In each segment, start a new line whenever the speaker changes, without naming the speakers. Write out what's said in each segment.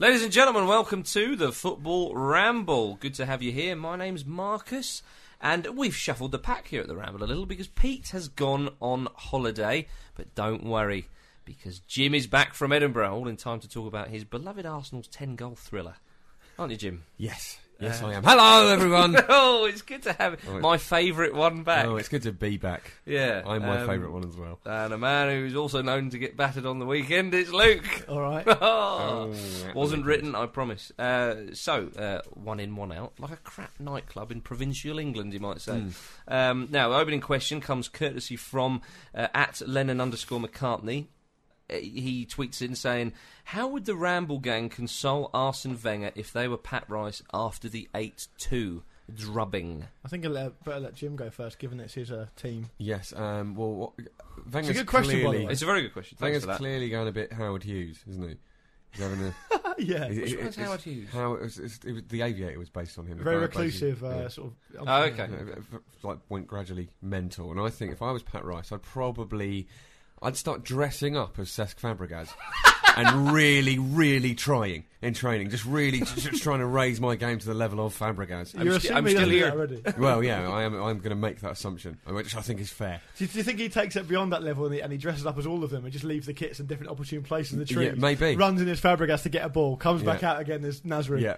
Ladies and gentlemen, welcome to the Football Ramble. Good to have you here. My name's Marcus, and we've shuffled the pack here at the Ramble a little because Pete has gone on holiday. But don't worry, because Jim is back from Edinburgh, all in time to talk about his beloved Arsenal's 10 goal thriller. Aren't you, Jim?
Yes. Yes,
Uh,
I am. Hello, everyone.
oh, it's good to have
Oh, it-
my favourite one back.
oh, it's good to be back.
Yeah,
I'm my
um,
favourite one as well.
And a man who's also known to get battered on the weekend, it's Luke.
All right.
Oh, Wasn't written, I promise. Uh, so, uh, one in, one out, like a crap nightclub in provincial England, you might say. Um, now, the opening question comes courtesy from uh, at Lennon underscore McCartney. Uh, He tweets in saying, "How would the Ramble Gang console Arsene Wenger if they were Pat Rice after the eight-two drubbing?"
I think I'll let, better let Jim go first, given it's his uh, team.
Yes. Um, well, what, Wenger's
good question, by the
clearly,
way.
It's a very good question. Thanks
Wenger's
for that.
clearly going a bit Howard Hughes, isn't he? He's having a.
Uh, yeah.
it-
Which one's
it- it's-
Howard Hughes?
How, it was, it's- it was, the Aviator was based on him. the
Very
guy based in-
reclusive, uh,
yeah. Uh,
sort of.
Oh, okay.
Yeah, v- v- like went gradually mental. And I think if I was Pat Rice, I'd probably I'd start dressing up as Cesc Fabregas and really, really trying in training, just really just, just trying to raise my game to the level of Fabregas.
You're
sti-
assuming
I'm
he
still
doesn't do
here.
that already. do,
well, yeah, I am. I'm going to make that assumption, which I think is fair.
you, do you think he takes it beyond that level and he, and he dresses up as all of them and just leaves the kits in different opportune places in the
Yeah,
tree?
maybe.
Runs in his Fabregas to get a ball, comes back
Yeah.
out again as Nasri.
Yeah,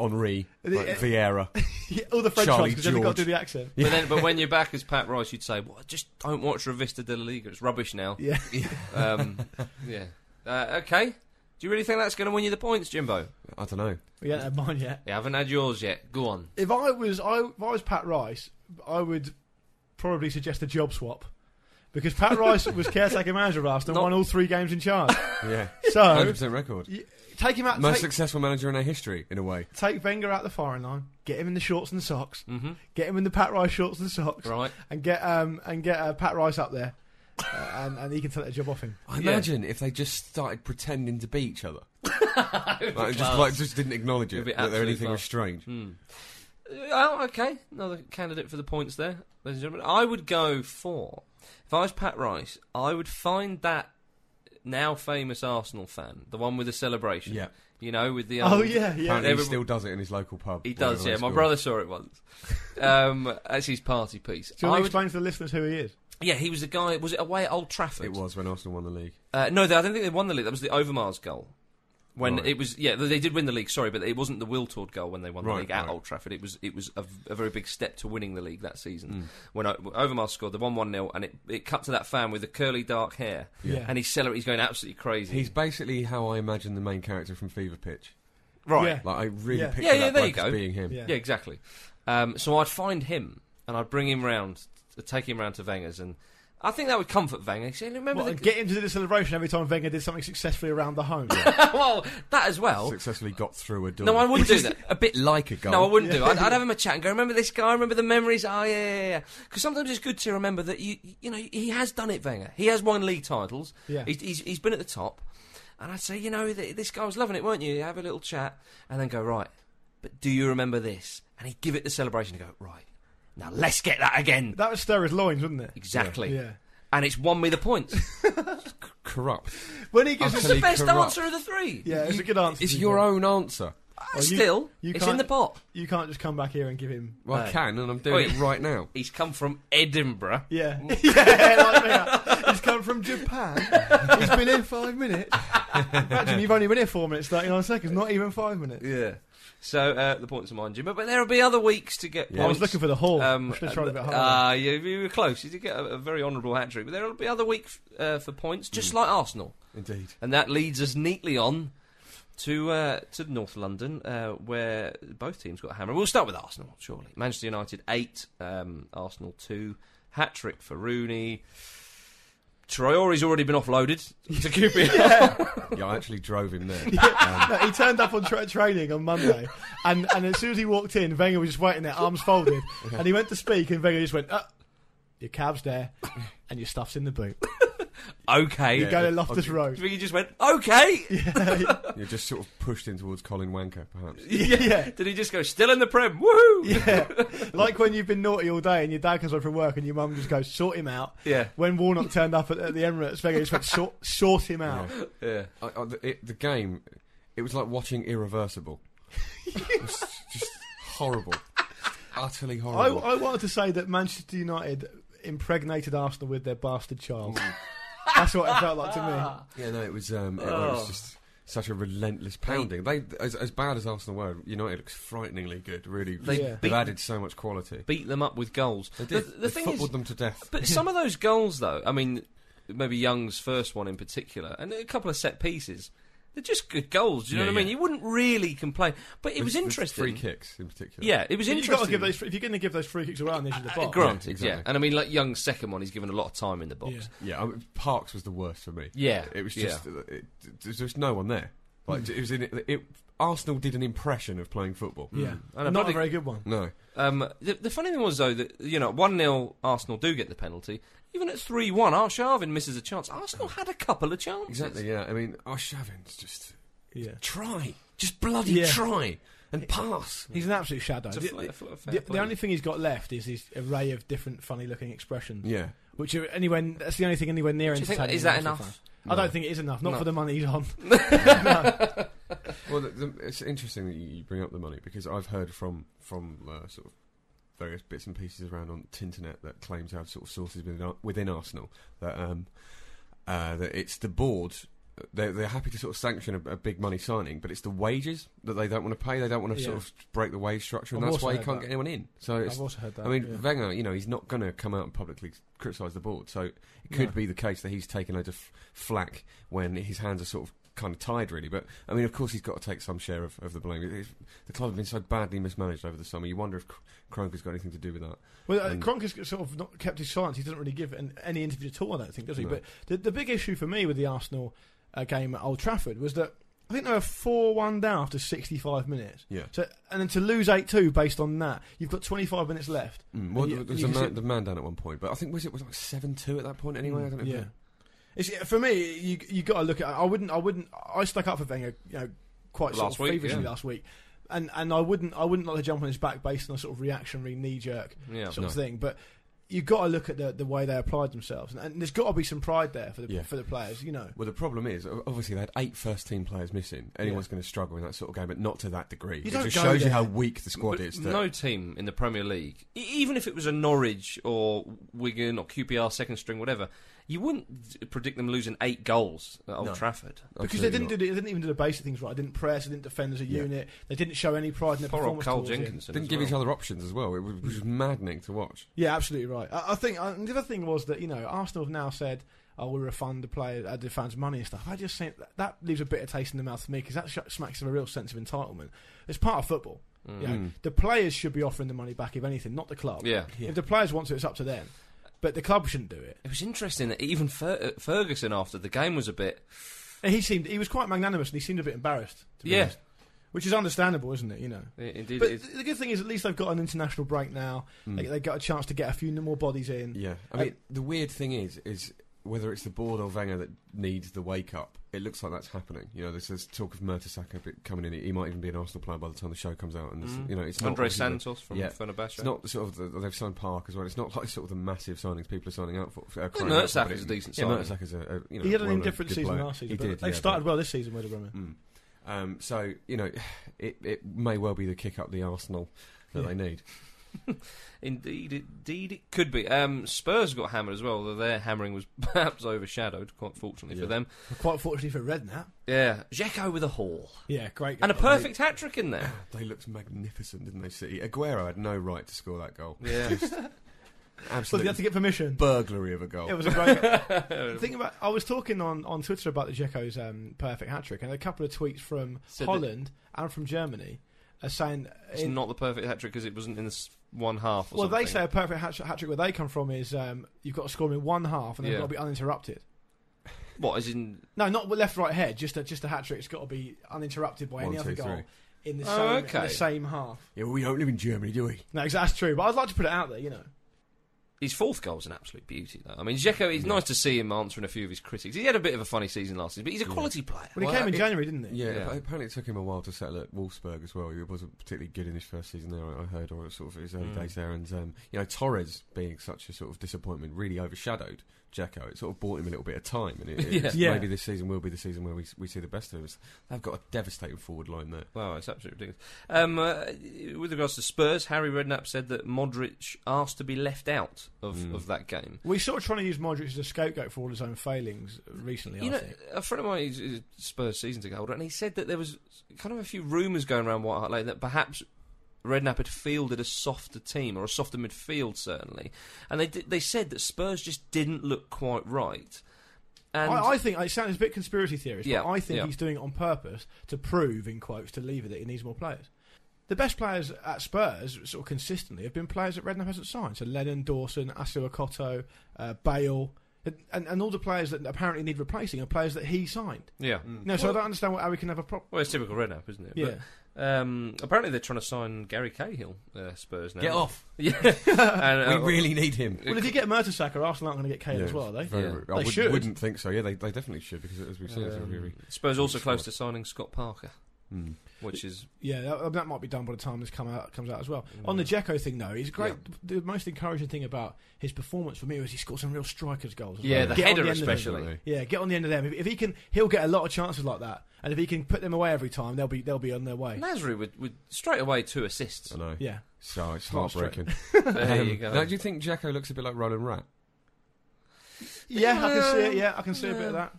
Henri, like,
Uh,
Vieira.
Yeah, all the French
Charlie
ones, because they've got to
George.
do the accent.
But then, but when you're back as Pat Rice, you'd say, "Well, just don't watch Revista de la Liga. It's rubbish now."
Yeah.
Um, yeah. Uh, okay. Do you really think that's going to win you the points, Jimbo?
I don't know.
we haven't had mine yet.
You haven't had yours yet. Go on.
If I was I, if I was Pat Rice, I would probably suggest a job swap. Because Pat Rice was caretaker manager of Arsenal
Not-
and won all three games in charge.
Yeah,
So,
hundred percent record.
y- take him out.
Most
take-
successful manager in our history, in a way.
take Wenger out the firing line, get him in the shorts and socks,
Mhm.
get him in the Pat Rice shorts and socks,
Right.
and get um and get uh, Pat Rice up there, uh, and and he can take the job off him.
I
Yeah.
imagine if they just started pretending to be each other. like, just, like, just didn't acknowledge
It'd be
it, that
absolute
anything
class.
was strange.
Oh, okay. Another candidate for the points there, ladies and gentlemen. I would go for. If I was Pat Rice, I would find that now famous Arsenal fan, the one with the celebration.
Yeah.
You know, with the.
Oh
old-
yeah, yeah.
Apparently,
Everybody-
he still does it in his local pub.
He does, yeah.
wherever I
My
school.
brother saw it once. Um, that's his party piece.
Do you
I
want to
would-
explain to the listeners who he is?
yeah, he was the guy. Was it away at Old Trafford?
It was when Arsenal won the league.
Uh, no, they, I don't think they won the league. That was the Overmars goal. When
Right.
it was, yeah, they did win the league. Sorry, but it wasn't the Wiltord goal when they won the
Right,
league at
right.
Old Trafford. It was, it was a, a very big step to winning the league that
Mm.
season. When o- Overmars scored, the one one 0 and it, it cut to that fan with the curly dark hair,
Yeah.
and he's celebrating. He's going absolutely crazy.
He's basically how I imagine the main character from Fever Pitch.
right.
Like I really
Yeah.
picture
Yeah, yeah,
that
there you
bloke as
go.
being him.
Yeah,
Yeah.
exactly. Um, so I'd find him and I'd bring him round, t- take him round to Wenger's, and I think that would comfort Wenger. He said, "Remember,
What,
the,
and get him to do the celebration every time Wenger did something successfully around the home.
well, that as well."
Successfully got through a door.
No, I wouldn't
Which
do
is
that.
A bit like a goal.
No, I wouldn't do. I'd, I'd have him a chat and go, "Remember this guy? Remember the memories?" Oh, yeah, yeah, yeah. Because sometimes it's good to remember that you, you know, he has done it. Wenger, he has won league titles.
Yeah.
he's, he's, he's been at the top. And I'd say, you know, th- this guy was loving it, weren't you? Have a little chat, and then go right. But do you remember this? And he'd give it the celebration and go right. Now let's get that again.
that would stir his loins, wouldn't it?
Exactly.
Yeah.
And it's won me the points.
corrupt.
When he gives us,
the
Utterly
best
corrupt.
answer of the three.
yeah, it's a good answer.
It's
to
your
that.
own answer.
Uh,
Well, you-
Still,
you
it's in
can't-
the pot.
You can't just come back here and give him.
Well,
No.
I can, and I'm doing
Wait.
it right now.
He's come from Edinburgh. Mm.
Yeah, yeah. Like that. He's come from Japan. He's been here five minutes. Imagine you've only been here four minutes, 39 seconds, not even five minutes.
Yeah. So uh, the points are mine, Jim. But, but there'll be other weeks to get
Yeah.
points.
I
um,
was looking for the hall. I should have tried a bit harder.
uh, you, you were close. You did get a, a very honourable hat trick. But there'll be other weeks uh, for points,
Mm.
just like Arsenal.
Indeed.
And that leads us neatly on to uh, to North London, uh, where both teams got hammered. We'll start with Arsenal, surely. Manchester United eight, um, Arsenal two, hat trick for Rooney. Traore's already been offloaded to QPR.
Yeah, I actually drove him there.
No, he turned up on tra- training on Monday, and, and as soon as he walked in, Wenger was just waiting there, arms folded, and he went to speak, and Wenger just went, uh, "Your cab's there, and your stuff's in the boot."
Okay.
You
Yeah.
go to Loftus
Okay.
Road.
He just went, okay.
Um, You're just sort of pushed in towards Colin Wanker, perhaps.
Yeah.
Did he just go, still in the Prem? Woohoo!
Yeah, like when you've been naughty all day and your dad comes home from work and your mum just goes, "Sort him out."
Yeah.
When Warnock turned up at, at the Emirates, Wenger just went, "Sort, sort him out."
Yeah.
I, I, the, it, the game, it was like watching Irreversible. it was just horrible. Utterly
I,
horrible.
I wanted to say that Manchester United impregnated Arsenal with their bastard child.
Mm.
That's what it felt like to me.
Yeah, no, it was. Um, it,
Oh.
was just such a relentless pounding. They, as, as bad as Arsenal were, United looks frighteningly good. Really,
They
Yeah.
they've
beat-
added so much quality.
Beat them up with goals.
They did.
The, the
they
thing
footballed
is,
them to death.
but some of those goals, though, I mean, maybe Young's first one in particular, and a couple of set pieces, they're just good goals. Do you know
Yeah,
what I mean?
yeah.
You wouldn't really complain. But it was
The- the
interesting.
Free kicks in particular.
Yeah, it was
You've
interesting.
got to give those. If you're going to give those free kicks around, they should the
Uh,
bar.
Granted, yeah,
Yeah, exactly.
And I mean, like Young's second one, he's given a lot of time in the box.
Yeah.
Yeah, I mean, Parks was the worst for me.
Yeah,
it was
yeah.
just uh, it, there's just no one there. Like it was in it. Arsenal did an impression of playing football.
Yeah,
And a
not
bloody-
a very good one.
No,
Um, the, the funny thing was though that you know one 0 Arsenal do get the penalty. Even at three one, Arshavin misses a chance. Arsenal had a couple of chances.
exactly. Yeah, I mean, Arshavin's just
Yeah,
try, just bloody
Yeah.
try and pass.
he's an absolute shadow.
It's a
The-
fl- a fl- a fair
The,
play.
the only thing he's got left is his array of different funny-looking expressions.
Yeah,
Which are anywhere that's the only thing anywhere near
Do you think-
entertaining.
is that
as a
enough?
fan. I don't think it is enough. Not
No.
for the money he's on.
Well, the, the, it's interesting that you bring up the money because I've heard from from uh, sort of various bits and pieces around on Tinternet that claim to have sort of sources within, Ar- within Arsenal that um, uh, that it's the board. They're, they're happy to sort of sanction a, a big money signing, but it's the wages that they don't want to pay. They don't want to
Yeah.
sort of break the wage structure, and
I've
that's
also
why you
heard
can't
that.
get anyone in. So it's,
I've also heard that.
I mean,
yeah.
Wenger, you know, he's not going to come out and publicly criticise the board. So it could
No.
be the case that he's taken loads of f- flack when his hands are sort of kind of tied, really. But, I mean, of course, he's got to take some share of, of the blame. It- it's- the club have been so badly mismanaged over the summer. You wonder if Kr- Kroenke's got anything to do with that.
Well, uh,
And-
Kroenke's sort of not kept his silence. He doesn't really give an, any interview at all, I don't think, does he?
No.
But the, the big issue for me with the Arsenal uh, game at Old Trafford was that I think they were 4 1 down after 65 minutes.
Yeah.
So And then to lose 8 2 based on that, you've got 25 minutes left.
Mm. Well,
you-
there was
you
a
can
man,
see-
the man down at one point, but I think was it was like seven two at that point anyway. I don't know. if
Mm, Yeah.
they-
It's, yeah, for me, you you got to look at. I wouldn't. I wouldn't. I stuck up for Wenger, you know, quite
Last
sort
week,
of feverishly
yeah.
last week, and and I wouldn't. I wouldn't like to jump on his back based on a sort of reactionary knee jerk
Yeah.
sort of thing. But you've got to look at the the way they applied themselves, and, and there's got to be some pride there for the
Yeah.
for the players, you know.
Well, the problem is, o- obviously, they had eight first team players missing. Anyone's going to struggle in that sort of game, but not to that degree. it
don't
just
go
shows
there.
you how weak the squad
But
is. that-
no team in the Premier League, e- even if it was a Norwich or Wigan or QPR second string, whatever, you wouldn't d- predict them losing eight goals at Old
No.
Trafford.
Because they
absolutely
didn't
not.
do the, they didn't even do the basic things right. They didn't press. They didn't defend as a
Yeah.
unit. They didn't show any pride in their
Poor old
performance.
Carl
towards the end.
Jenkinson.
didn't
as
give
well.
each other options as well. It was, was maddening to watch.
Yeah, absolutely right. I, I think uh, and the other thing was that you know Arsenal have now said, "Oh, we refund the player, uh, the fans' money and stuff." I just think that, that leaves a bit of taste in the mouth for me because that sh- smacks of a real sense of entitlement. It's part of football.
Mm.
You know, the players should be offering the money back if anything, not the club.
Yeah.
If the players want to, it's up to them. But the club shouldn't do it.
It was interesting that even Fer- uh, Ferguson after the game was a bit.
And he seemed he was quite magnanimous and he seemed a bit embarrassed. To be
Yeah.
honest. which is understandable, isn't it? You know.
i- Indeed,
But
it is. Mm.
th- the good thing is, at least they've got an international break now. They, they got a chance to get a few more bodies in.
Yeah, I mean, the weird thing is, is whether it's the board or Wenger that needs the wake up. It looks like that's happening. You know, there's, there's talk of Mertesacker bit coming in. He might even be an Arsenal player by the time the show comes out. And this, you know, it's not
Andre
obviously the-
Santos from
yeah.
Fenerbahce.
It's not sort of the, they've signed Park as well. It's not like sort of the massive signings people are signing out for. Uh, crying out for, but
Mertesacker's
it-
a decent
Yeah,
signing.
Mertesacker's a, a you know
he had an
well-known
indifferent
good
season
player.
last season.
He
but
did.
they
yeah,
started
but-
well this season, West Brom.
Mm. Um, so you know, it, it may well be the kick up the arsenal that
Yeah.
they need.
Indeed, indeed, it could be. Um, Spurs got hammered as well, although their hammering was perhaps overshadowed, quite fortunately for
Yeah.
them.
Quite fortunately for Redknapp.
Yeah, Dzeko with a haul.
Yeah, great.
And a
goal.
perfect hat trick in there.
They looked magnificent, didn't they? City Aguero had no right to score that goal.
Yeah.
So they
Absolutely
had to get permission.
burglary of a goal.
It was a great. The thing about I was talking on, on Twitter about the Dzeko's um, perfect hat trick, and a couple of tweets from
Said that-
Holland and from Germany are saying
It's
in-
not the perfect hat trick because it wasn't in the s- one half. Or
Well, they
something.
say a perfect hat, hat trick where they come from is um, you've got to score 'em in one half and they've
Yeah.
got to be uninterrupted.
what is in
No, not with left, right, head. Just a, just a hat trick's got to be uninterrupted by any
One,
other
two,
goal
three.
in the,
Oh,
same, in
okay.
the same half.
yeah, well, we don't live in Germany, do we?
No, 'cause that's true. But I'd like to put it out there. You know,
His fourth goal was an absolute beauty, though. I mean, Dzeko, it's nice to see him answering a few of his critics. He had a bit of a funny season last season, but he's a quality player.
well, he
Well,
came in
it-
January, didn't he?
Yeah,
Yeah.
appa- apparently it took him a while to settle at Wolfsburg as well. He wasn't particularly good in his first season there, I I heard, or sort of his
Mm.
early days there. And um, you know, Torres being such a sort of disappointment really overshadowed Jacko. It sort of bought him a little bit of time, and it, it's-
Yeah.
maybe this season will be the season where we s- we see the best of him. It's- They've got a devastating forward line there.
Wow, it's absolutely ridiculous. Um, uh, with regards to Spurs, Harry Redknapp said that Modric asked to be left out of,
Hmm.
of that game.
We sort of trying to use Modric as a scapegoat for all his own failings recently.
You
I
know,
think.
a friend of mine is, is Spurs season ticket holder, and he said that there was kind of a few rumours going around White Hart Lane that perhaps Redknapp had fielded a softer team or a softer midfield, certainly. And they did, they said that Spurs just didn't look quite right. And
I, I think it sounds a bit conspiracy theorist,
Yeah,
but I think
yeah.
he's doing it on purpose to prove, in quotes, to Lever that he needs more players. The best players at Spurs, sort of consistently, have been players that Redknapp hasn't signed. So Lennon, Dawson, Asu Okoto, uh, Bale, and, and, and all the players that apparently need replacing are players that he signed.
yeah.
No, so I don't understand what, how we can have a problem.
Well, it's typical Redknapp, isn't it?
Yeah.
But, um, apparently, they're trying to sign Gary Cahill, uh, Spurs now.
Get off!
Yeah. and, uh,
we really need him.
Well, if you get Mertesacker, Arsenal aren't going to get Kane
Yeah,
as well, are they?
very-
Yeah.
I
They
would,
should. Um,
wouldn't think so. Yeah, they, they definitely should because as we've seen, it's a hmm, really
Um, Spurs also close to signing Scott Parker, which is
Yeah, that, that might be done by the time this come out, comes out as well.
Mm.
On the Jeko thing, though, he's great. The most encouraging thing about his performance for me was he scored some real strikers' goals. as
Yeah,
well.
the
Get on
header
end of them.
especially.
Yeah, get on the end of them. If, if he can, he'll get a lot of chances like that, and if he can put them away every time, they'll be they'll be on their way.
Nasri with, with straight away two assists.
I know.
Yeah,
So it's
Not straight.
heartbreaking.
There you
Um,
go.
Now, do you think Jacko looks a bit like Roland Rat?
yeah, I can see it. Yeah, I can see a bit of that.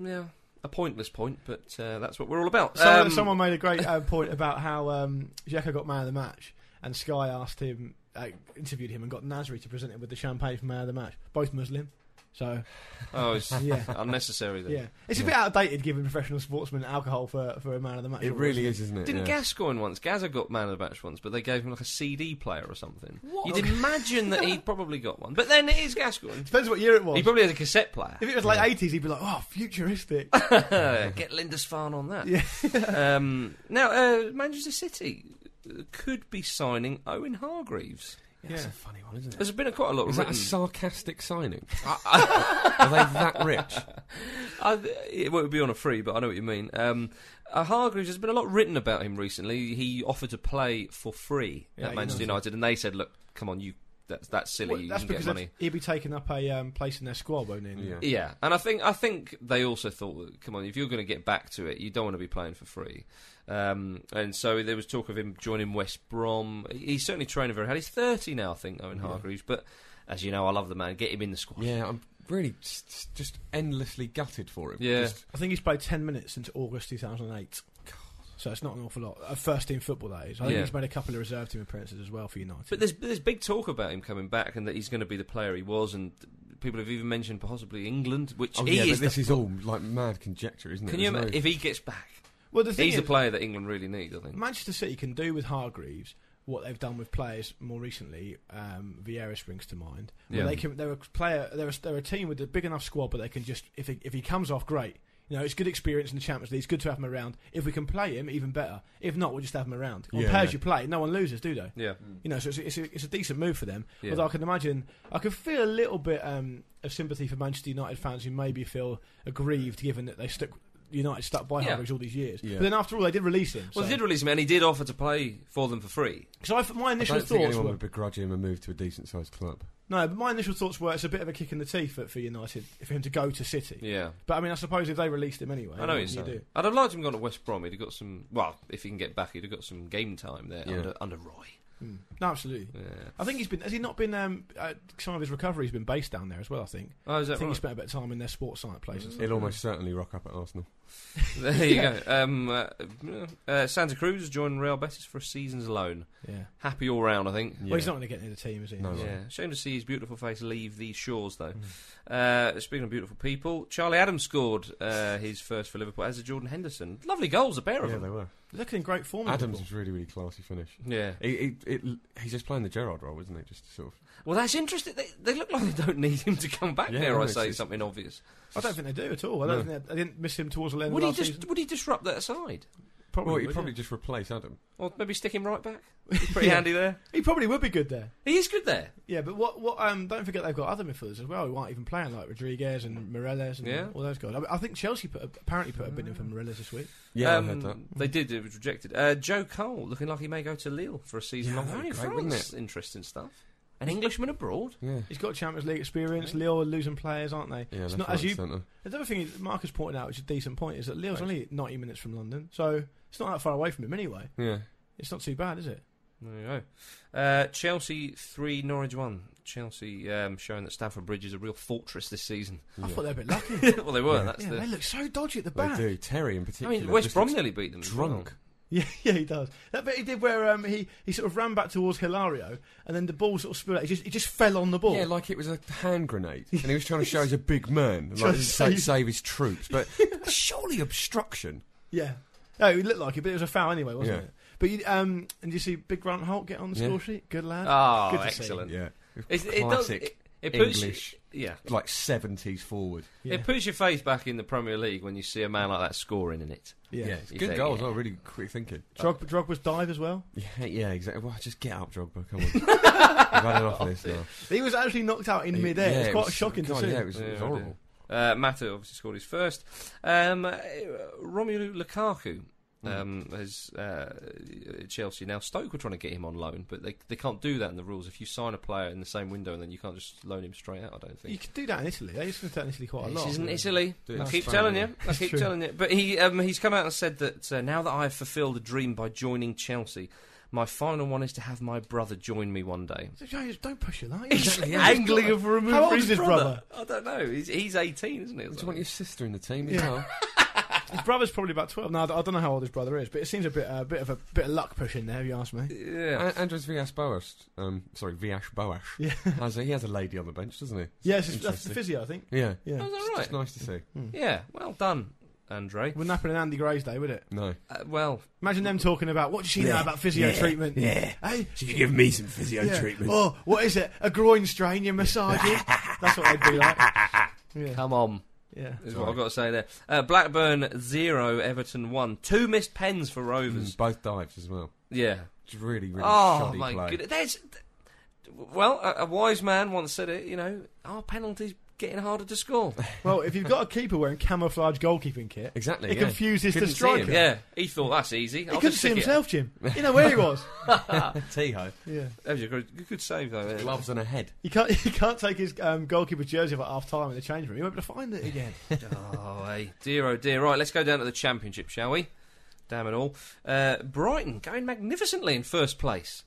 Yeah, a pointless point, but uh, that's what we're all about.
Someone,
Um,
someone made a great uh, point about how um, Jeko got man of the match, and Sky asked him, uh, interviewed him, and got Nasri to present him with the champagne for man of the match. Both Muslim, so
Oh, it's
Yeah.
unnecessary then.
Yeah, it's a bit outdated giving professional sportsmen alcohol for, for a man of the match.
It
award,
really
isn't
is, isn't it?
Didn't
Yeah.
Gascoigne once? Gazza got man of the match once, but they gave him like a CD player or something. You'd imagine that he probably got one, but then it is Gascoigne.
Depends what year it was.
He probably has a cassette player. Uh,
if it was late eighties, he'd be like, "Oh, futuristic."
Get Lindisfarne on that. um, now, uh, Manchester City uh, could be signing Owen Hargreaves.
That's a funny one, isn't it?
There's been a, quite a lot
Is
of
that a
written.
sarcastic signing? Are they that rich?
I, it won't be on a free, but I know what you mean. Um, uh, Hargreaves, there's been a lot written about him recently. He offered to play for free
Yeah,
at
he
Manchester
does.
United, and they said, "Look, come on, you that's that's silly.
Well,
you
that's
can get
because
money."
he'd be taking up a um, place in their squad, won't he?
Yeah.
Yeah, and I think I think they also thought, that, come on, if you're going to get back to it, you don't want to be playing for free. Um, and so there was talk of him joining West Brom. He- He's certainly training very hard. He's 30 now, I think, Owen Hargreaves. But as you know, I love the man. Get him in the squad.
Yeah, I'm really s- s- just endlessly gutted for him.
Yeah.
Just-
I think he's played ten minutes since August two thousand eight. So it's not an awful lot. Uh, first team football, that is. I think
Yeah.
he's made a couple of reserve team appearances as well for United.
But there's there's big talk about him coming back and that he's going to be the player he was. And people have even mentioned possibly England, which
Oh,
he
yeah,
is.
but this
the-
is all like mad conjecture, isn't it?
can you
There's
imagine
no-
if he gets back?
well, the thing
He's
is,
the player that England really need, I think.
Manchester City can do with Hargreaves what they've done with players more recently. Um, Vieira springs to mind. where
Yeah.
they can. They're a player. They're a, they're a team with a big enough squad, but they can just if he, if he comes off, great. You know, it's good experience in the Champions League. It's good to have him around. If we can play him, even better. If not, we'll just have him around. On
Yeah,
pairs
yeah.
you play, no one loses, do they?
Yeah.
You know, so it's, it's, a, it's a decent move for them.
Yeah.
Although I can imagine, I can feel a little bit um, of sympathy for Manchester United fans who maybe feel aggrieved given that they stuck United stuck by
Yeah.
Hargreaves all these years.
Yeah.
But then after all, they did release him.
Well,
so.
they did release him, and he did offer to play for them for free.
So I, my
I
initial
don't think
thoughts
anyone
were
would begrudge him a move to a decent sized club.
no, but my initial thoughts were it's a bit of a kick in the teeth for, for United for him to go to City.
Yeah.
But I mean, I suppose if they released him anyway,
I know
you
he's.
do.
I'd have liked him gone to West Brom. He'd have got some. Well, if he can get back, he'd have got some game time there
Yeah.
under under Roy.
Mm. No, absolutely.
Yeah.
I think he's been. Has he not been? Um, uh, some of his recovery has been based down there as well. I think.
Oh, is
I
that
think he
right?
spent a bit of time in their sports science places.
He'll almost certainly rock up at Arsenal.
there you go. Um, uh, uh, Santa Cruz joined Real Betis for a season's loan.
Yeah.
Happy all round, I think.
Well, he's not going to get near the team, is he?
No.
Yeah, shame to see his beautiful face leave these shores, though.
Mm.
Uh, speaking of beautiful people, Charlie Adams scored uh, his first for Liverpool, as did Jordan Henderson. Lovely goals, a pair of
Yeah,
them.
they were.
Looking in great form.
Adams
Adams.
was really, really classy finish.
Yeah.
He, he, it, he's just playing the Gerard role, isn't he? Just sort of.
Well, that's interesting. They, they look like they don't need him to come back.
Yeah,
there, I
it's-
say
it's-
something obvious.
I don't think they do at all. I don't
No.
think they, I didn't miss him towards the end
Would
of
he
last
just?
season.
Would he disrupt that side,
Probably
Well, he'd
would,
probably
yeah.
just replace Adam.
or maybe stick him right back? Pretty
Yeah.
handy there.
He probably would be good there.
He is good there.
Yeah, but what? What? Um, don't forget they've got other midfielders as well who aren't even playing, like Rodriguez and Moreles and
Yeah.
all those guys. I, mean, I think Chelsea put, apparently put a bid in for Moreles this week.
Yeah,
Um,
I heard that.
They did. It was rejected. Uh, Joe Cole looking like he may go to Lille for a season
Yeah,
long.
that'd
run
be
in
great, wouldn't
France. Interesting stuff. An Englishman abroad.
Yeah.
He's got Champions League experience. Lille are losing players, aren't they?
Yeah,
it's
left,
not
right,
as you.
centre.
The other thing is Marcus pointed out, which is a decent point, is that Lille's only 90 minutes from London, so it's not that far away from him anyway.
Yeah.
It's not too bad, is it?
There you go. Uh, Chelsea three, Norwich one. Chelsea um, showing that Stamford Bridge is a real fortress this season.
I thought they were a bit lucky.
well, they were.
Yeah.
That's
yeah,
the.
they look so dodgy at the
They
back.
do. Terry in
I
particular.
mean, West
just
Brom
looks
nearly beat them. as well.
Drunk.
Yeah, yeah, he does. That bit he did where um, he, he sort of ran back towards Hilario, and then the ball sort of spilled out. He just, he just fell on the ball.
Yeah, like it was a hand grenade, and he was trying to show he's a big man, and
Trying
like
to
sa- save,
save-
his troops. But surely obstruction.
Yeah. No, it looked like it, but it was a foul anyway, wasn't
Yeah.
it? But you, um, and you see Big Grant Holt get on the
Yeah.
score sheet. Good lad.
Oh,
Good to see.
excellent.
Yeah,
It, it does.
classic
It, it puts
English,
yeah.
like seventies forward.
Yeah.
It puts your faith back in the Premier League when you see a man like that scoring in it.
Yeah.
Yeah,
yeah.
it's
You
good
think,
goal as
yeah.
well. Really quick thinking.
Drog, Drogba's dive as well.
Yeah, yeah, exactly. Well, just get up, Drogba. Come on. I've had enough of this now.
He was actually knocked out in
He-
midair.
yeah,
it's
it
quite
was-
shocking
God,
to see.
Yeah, it was, it
Yeah,
was
I did.
horrible.
Uh, Mata obviously scored his first. Um, uh, Romelu Lukaku
Mm.
um, has uh, Chelsea now. Stoke were trying to get him on loan, but they they can't do that in the rules. If you sign a player in the same window, and then you can't just loan him straight out. I don't
You
think.
can do that in Italy. They used to do that in Italy quite a lot.
This isn't Italy.
Dude,
I
it's
keep
Spain,
telling
yeah.
you. I keep
true.
telling you. But he um, he's come out and said that uh, now that I have fulfilled a dream by joining Chelsea, my final one is to have my brother join me one day.
So, yeah, just don't push your luck.
He's
Yeah.
angling him for a move for
How old
his
is his brother?
I don't know. He's, he's 18, isn't he? or
Do you
something?
want your sister in the team as
Yeah.
well?
His brother's probably about twelve. No, I don't I don't know how old his brother is, but it seems a bit, a bit of a bit of luck push in there. If you ask me,
Yeah.
A- Andres Villas Boas, um, sorry, Villas Boas.
Yeah.
Has a, he has a lady on the bench, doesn't he?
yeah, it's just, that's the
Interesting.
physio, I think.
Yeah.
Yeah, Hmm.
Oh, is that
It's
right?
just nice to see.
Yeah, well done, Andre.
wouldn't happen in Andy Gray's day, would it?
No.
Uh, well,
Imagine them talking about what does she know about physio treatment?
Yeah.
hey,
She could give me some physio
yeah.
treatment.
Oh, what is it? A groin strain? You massage it? That's what they'd be like. Yeah,
come on,
yeah.
is what I've got to say there. Uh, Blackburn zero, Everton one. Two missed pens for Rovers.
Mm, Both dives as well.
Yeah.
It's really, really
Oh
shoddy
my
play.
goodness. There's, well, a, a wise man once said it. You know, our penalties getting harder to score.
Well, if you've got a keeper wearing camouflage goalkeeping kit,
Exactly.
It
yeah.
confuses the
Couldn't see
striker.
him.
yeah, he thought that's easy.
he couldn't see himself, Jim. You know where he was.
Tee-ho.
yeah.
That was a good, good save though. there.
Gloves and a head.
He can't, he can't take his um, goalkeeper jersey off at half time in the change room. He won't be able to find it again.
Oh, hey. dear, oh dear. Right, let's go down to the championship, shall we? Damn it all. Uh, Brighton going magnificently in first place,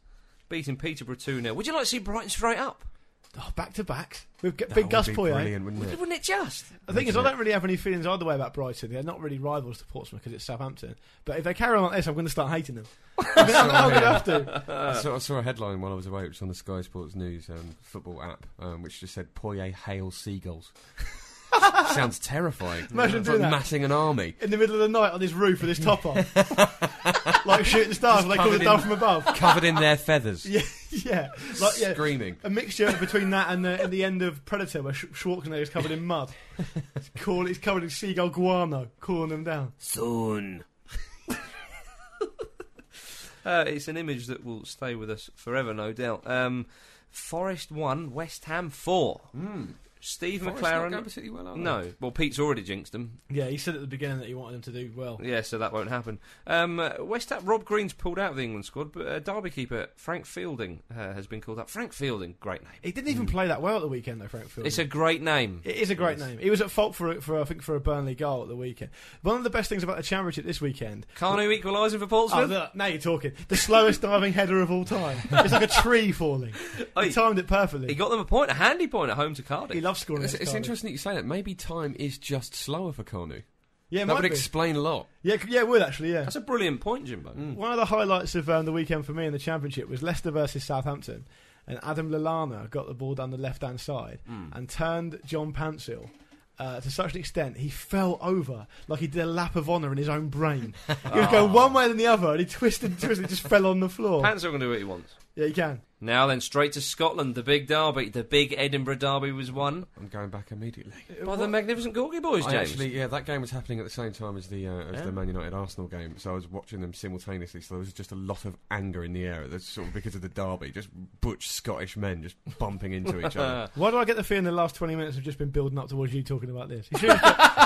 beating Peterborough 2 0. Would you like to see Brighton straight up?
Oh, back to backs. We've got
That
big
would
Gus
be
Poyet.
Brilliant, wouldn't it?
Wouldn't it just?
The thing is, I don't really have any feelings either way about Brighton. They're not really rivals to Portsmouth because it's Southampton. But if they carry on like this, I'm going to start hating them. I mean, I'm, I'm going to have to.
I saw, I saw a headline while I was away, which was on the Sky Sports News um, football app, um, which just said Poyet hails seagulls. Sounds terrifying.
Imagine
it's
doing
like
that.
massing an army.
In the middle of the night on this roof with his top on. like shooting stars when they call it
covered
down
in-
from above.
Covered in their feathers.
Yeah, yeah. Like, yeah.
Screaming.
A mixture between that and the, and the end of Predator, where Sch- Schwarzenegger is covered in mud. It's cool, he's covered in seagull guano, cooling them down.
Soon.
Uh, it's an image that will stay with us forever, no doubt. Um, Forest 1, West Ham 4. Steve
Forest not going
McLaren.
particularly well, are they?
No, well, Pete's already jinxed him.
Yeah, he said at the beginning that he wanted them to do well.
Yeah, so that won't happen. Um, uh, West Ham, Rob Green's pulled out of the England squad, but uh, Derby keeper Frank Fielding uh, has been called up. Frank Fielding, great name.
He didn't even play that well at the weekend, though, Frank Fielder.
It's a great name.
It is a great name. He was at fault for for I think for a Burnley goal at the weekend. One of the best things about the championship this weekend.
Carno equalising for
Oh,
Portsmouth.
look, now you're talking. The slowest diving header of all time. It's like a tree falling.
Oi.
He timed it
he
perfectly.
got them a point, a handy point at home to Cardiff.
He loves scoring.
It's,
against
it's
Cardiff.
interesting that you say that. Maybe time is just slower for Carnu.
Yeah, it
That
might
would
be.
explain a lot.
yeah, c- yeah, it would actually. Yeah.
That's a brilliant point, Jimbo.
Mm.
One of the highlights of um, the weekend for me in the championship was Leicester versus Southampton, and Adam Lallana got the ball down the left hand side
Hmm.
and turned John Pansil. Uh, to such an extent, he fell over like he did a lap of honour in his own brain. He was
Ah.
going one way than the other, and he twisted and twisted, just fell on the floor.
Pants are going to do what he wants.
yeah, you can.
Now then, straight to Scotland, the big derby. The big Edinburgh derby was won
I'm going back immediately.
by the magnificent Gorgie boys,
I
James.
actually, yeah, that game was happening at the same time as the uh, as
Yeah.
the Man United Arsenal game, so I was watching them simultaneously. So there was just a lot of anger in the air. That's sort of because of the derby, just butch Scottish men just bumping into each other.
Why do I get the feeling the last 20 minutes have just been building up towards you talking about this? You should have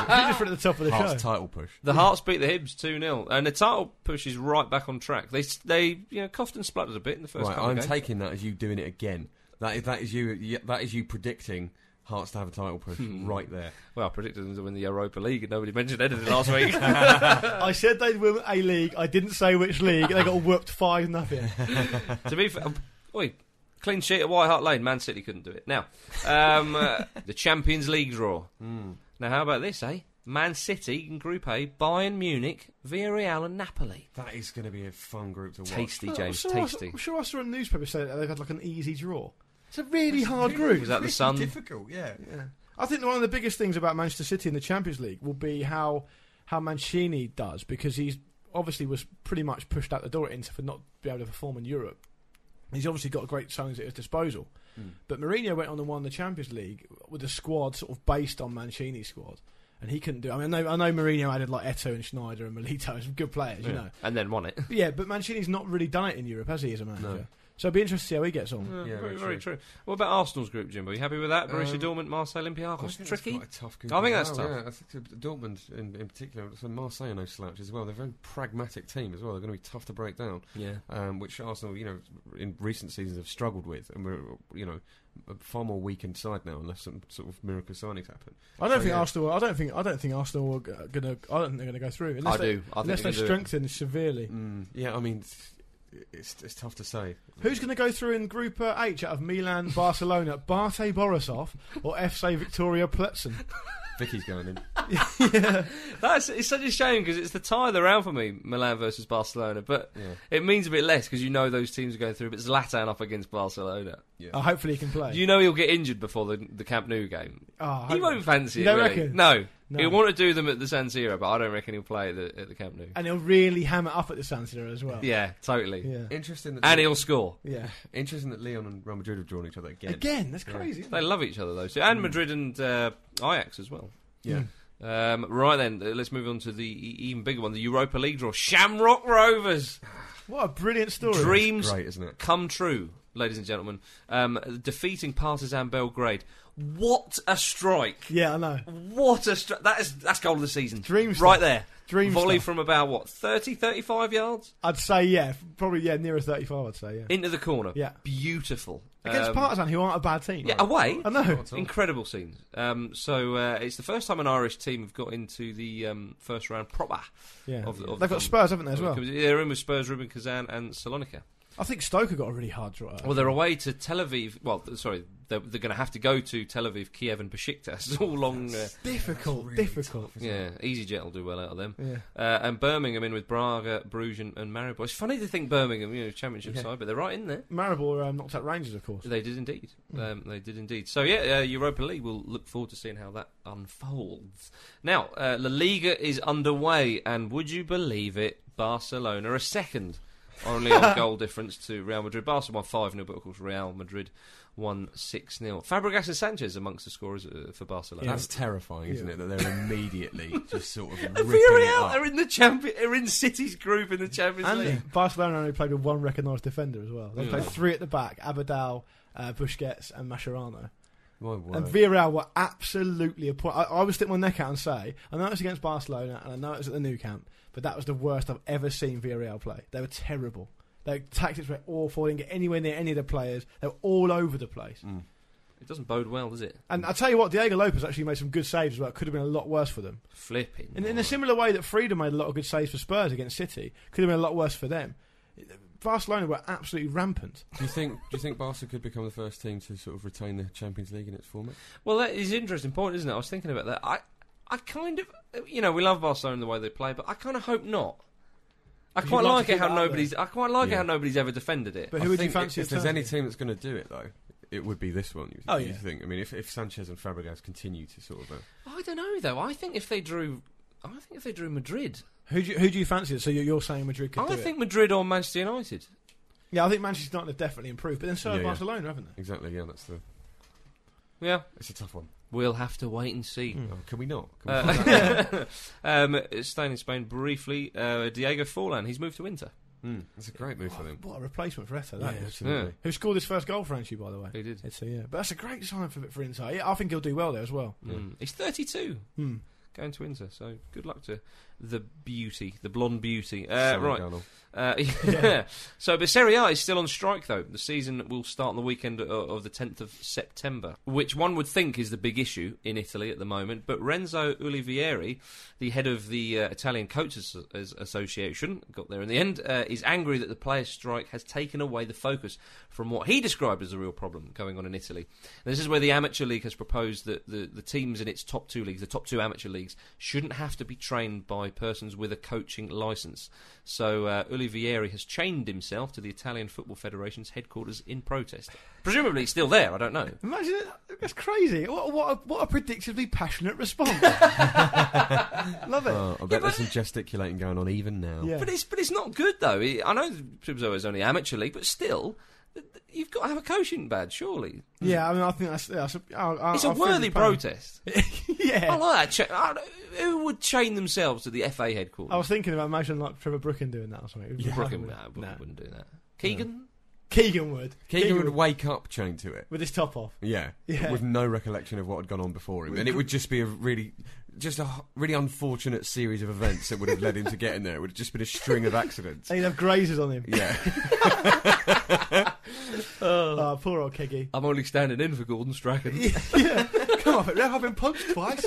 put, you should have put it at the top of the
Hearts
show.
title push.
The Hearts beat the Hibs 2 0, and the title push is right back on track. They, they you know, coughed and spluttered a bit in the first
Right,
couple of
I'm
games.
taking that as you doing it again. That is that is you. yeah, That is you predicting Hearts to have a title push
Hmm.
right there.
Well, I predicted them to win the Europa League, and nobody mentioned anything last week.
I said they'd win a league. I didn't say which league. They got whooped 5 nothing.
to be fair, oi, clean sheet at White Hart Lane. Man City couldn't do it. Now, um, uh, the Champions League draw. Now, how about this, eh? Man City in Group A, Bayern Munich, Villarreal, and Napoli.
That is going to be a fun group to watch.
Tasty,
I'm,
James.
sure I,
Tasty.
am sure I saw a newspaper say that they've had like an easy draw. It's a really hard group.
Was that the Sun?
Difficult, yeah.
Yeah. I think one of the biggest things about Manchester City in the Champions League will be how how Mancini does because he's obviously was pretty much pushed out the door at Inter for not being able to perform in Europe. He's obviously got great talents at his disposal,
Hmm.
but Mourinho went on and won the Champions League with a squad sort of based on Mancini's squad, and he couldn't do. I mean, I know, I know Mourinho added like Eto and Schneider and Milito, some good players, you know.
And then won it.
But yeah, but Mancini's not really done it in Europe, has he? As a manager, so it'd be interesting to see how he gets on.
Yeah,
very,
very
very true. What about Arsenal's group, Jimbo? You happy with that? Borussia Dortmund, Marseille,
I
Olympiacos.
think that's
Tricky.
quite a tough group
I think
as
that's
well,
tough.
Yeah, I think that Dortmund in, in particular, so Marseille are no slouch as well. They're a very pragmatic team as well. They're going to be tough to break down,
Yeah.
um, which Arsenal, you know, in recent seasons have struggled with, and we're, you know, a far more weakened side now unless some sort of miracle signings happen.
I don't
So,
think
yeah.
Arsenal. I don't think. I don't think Arsenal are g- gonna. I don't think they're gonna go through. Unless
I do.
they,
I think
unless
they're
they
gonna do it.
strengthen severely.
Mm, yeah, I mean, th- it's it's tough to say.
Who's gonna go through in Group uh, H out of Milan, Barcelona, Barte Borisov, or FC Victoria Plzen?
Vicky's going in.
That's it's such a shame because it's the tie of the round for me, Milan versus Barcelona. But
Yeah.
it means a bit less because you know those teams are going through. But Zlatan up against Barcelona,
Uh, hopefully he can play.
you know he'll get injured before the the Camp Nou game.
Oh,
He won't fancy
You
it.
don't
really.
reckon?
No.
No.
he'll want to do them at the San Siro, but I don't reckon he'll play at the, at the Camp Nou.
and he'll really hammer up at the San Siro as well.
Yeah, totally.
Yeah.
Interesting that
And he'll score.
Yeah.
interesting that Leon and Real Madrid have drawn each other again.
Again, that's crazy. isn't
They
it?
love each other though. So and Madrid and uh, Ajax as well.
Yeah.
Um, right then, uh, let's move on to the e- even bigger one, the Europa League draw. Shamrock Rovers.
What a brilliant story.
Dreams
Great, isn't it?
come true, ladies and gentlemen. Um, defeating Partizan Belgrade. What a strike!
Yeah, I know.
What a strike! That is that's goal of the season.
Dream
right
stuff.
there.
Dream
volley
stuff.
from about what 30, 35 yards
I'd say yeah, probably yeah, nearer thirty-five. I'd say yeah.
into the corner.
Yeah.
beautiful
Against
Um,
Partizan, who aren't a bad team.
Yeah, away.
I know.
Incredible scenes. Um, so uh, it's the first time an Irish team have got into the um, first round proper.
Yeah,
Of the- of
they've
the-
got Spurs, haven't they, as well?
They're in with Spurs, Rubin Kazan, and Salonika.
I think Stoke have got a really hard draw.
Well, they're away to Tel Aviv. Well, th- sorry, they're, they're going to have to go to Tel Aviv, Kiev, and Besiktas. All long. Uh,
difficult, difficult.
yeah, EasyJet will do well out of them.
Yeah.
Uh, and Birmingham in with Braga, Bruges, and, and Maribor. It's funny to think Birmingham, you know, championship side, but they're right in there.
Maribor um, knocked out Rangers, of course.
They did indeed. Um, they did indeed. So yeah, uh, Europa League. We'll look forward to seeing how that unfolds. Now, uh, La Liga is underway, and would you believe it? Barcelona a second, only on goal difference to Real Madrid. Barcelona won five 0 but of course Real Madrid won six 0 Fabregas and Sanchez amongst the scorers uh, for Barcelona.
That's terrifying, isn't it? That they're immediately just sort of ripping it
Villarreal
up.
are in the champion. Are in City's group in the Champions
And
League.
Barcelona only played with one recognised defender as well. They played three at the back: Abadal, uh, Busquets, and Mascherano.
My word.
And Villarreal were absolutely a point. I, I would stick my neck out and say, I know it was against Barcelona and I know it was at the new camp, but that was the worst I've ever seen Villarreal play. They were terrible. Their tactics were awful. They didn't get anywhere near any of the players. They were all over the place.
It doesn't bode well, does it?
And I tell you what, Diego Lopez actually made some good saves as well. It could have been a lot worse for them.
Flipping.
In, in a similar way that Frieda made a lot of good saves for Spurs against City, could have been a lot worse for them. Barcelona were absolutely rampant.
do you think? Do you think Barca could become the first team to sort of retain the Champions League in its format?
Well, that is an interesting point, isn't it? I was thinking about that. I, I kind of, you know, we love Barcelona the way they play, but I kind of hope not. I
You'd
quite
like to
like it
keep
how
it out there.
nobody's. I quite like it
Yeah.
how nobody's ever defended it.
But
I
who would you
think
fancy
If, if
as
there's any
Thursday?
team that's going to do it, though, it would be this one. You,
Oh,
you
yeah.
think? I mean, if, if Sanchez and Fabregas continue to sort of, uh,
I don't know though. I think if they drew, I think if they drew Madrid,
Who do you, who do you fancy? So you're, you're saying Madrid could
I
do it?
think Madrid or Manchester United.
Yeah, I think Manchester United have definitely improved, but then so have
Yeah, yeah.
Barcelona, haven't they?
exactly, yeah, that's the.
Yeah, Hmm.
It's a tough one.
we'll have to wait and see.
Oh, can we not? Can we not?
Uh, um, staying in Spain briefly, uh, Diego Forlan. He's moved to Inter.
Mm, it's a great move for them.
What a replacement for Eto'o that is.
absolutely.
Yeah.
Who scored his first goal for Anchi, by the way?
He did.
It's a, yeah. But that's a great sign for for Inter. Yeah, I think he'll do well there as well.
Mm. He's 32,
Hmm.
going to Inter. So good luck to the beauty, the blonde beauty. Uh,
Sorry,
right.
Darnell.
Uh, yeah. so, but Serie A is still on strike, though. The season will start on the weekend o- of the 10th of September, which one would think is the big issue in Italy at the moment. But Renzo Ulivieri, the head of the uh, Italian Coaches As- Association, got there in the end, uh, is angry that the players' strike has taken away the focus from what he described as the real problem going on in Italy. And this is where the amateur league has proposed that the, the teams in its top two leagues, the top two amateur leagues, shouldn't have to be trained by persons with a coaching license. So uh, Ulivieri has chained himself to the Italian Football Federation's headquarters in protest. Presumably still there, I don't know.
Imagine it. That's crazy. What, what, a, what a predictably passionate response. Love it.
Oh, I bet there's some gesticulating going on even now.
yeah.
But it's but it's not good though. It- I know Subzo is only amateur league, but still, th- th- you've got to have a coaching badge, surely.
yeah, I mean, I think that's. Yeah, that's a, I, I,
It's a
I feel
worthy
your pain.
protest. I
yeah.
like that. Cha- I, who would chain themselves to the FA headquarters?
I was thinking about imagine like Trevor Brooken doing that or something.
yeah, Brooklyn,
Nah.
no, Brooklyn wouldn't do that. Keegan?
Keegan would.
Keegan would wake up chained to it.
with his top off.
Yeah,
Yeah.
with no recollection of what had gone on before him, and it would just be a really, just a h- really unfortunate series of events that would have led him to getting there. It would have just been a string of accidents.
And he'd have grazes on him.
Yeah,
Oh, poor old Keggy.
I'm only standing in for Gordon Strachan.
yeah. Come off it, Rev. I've been punched twice.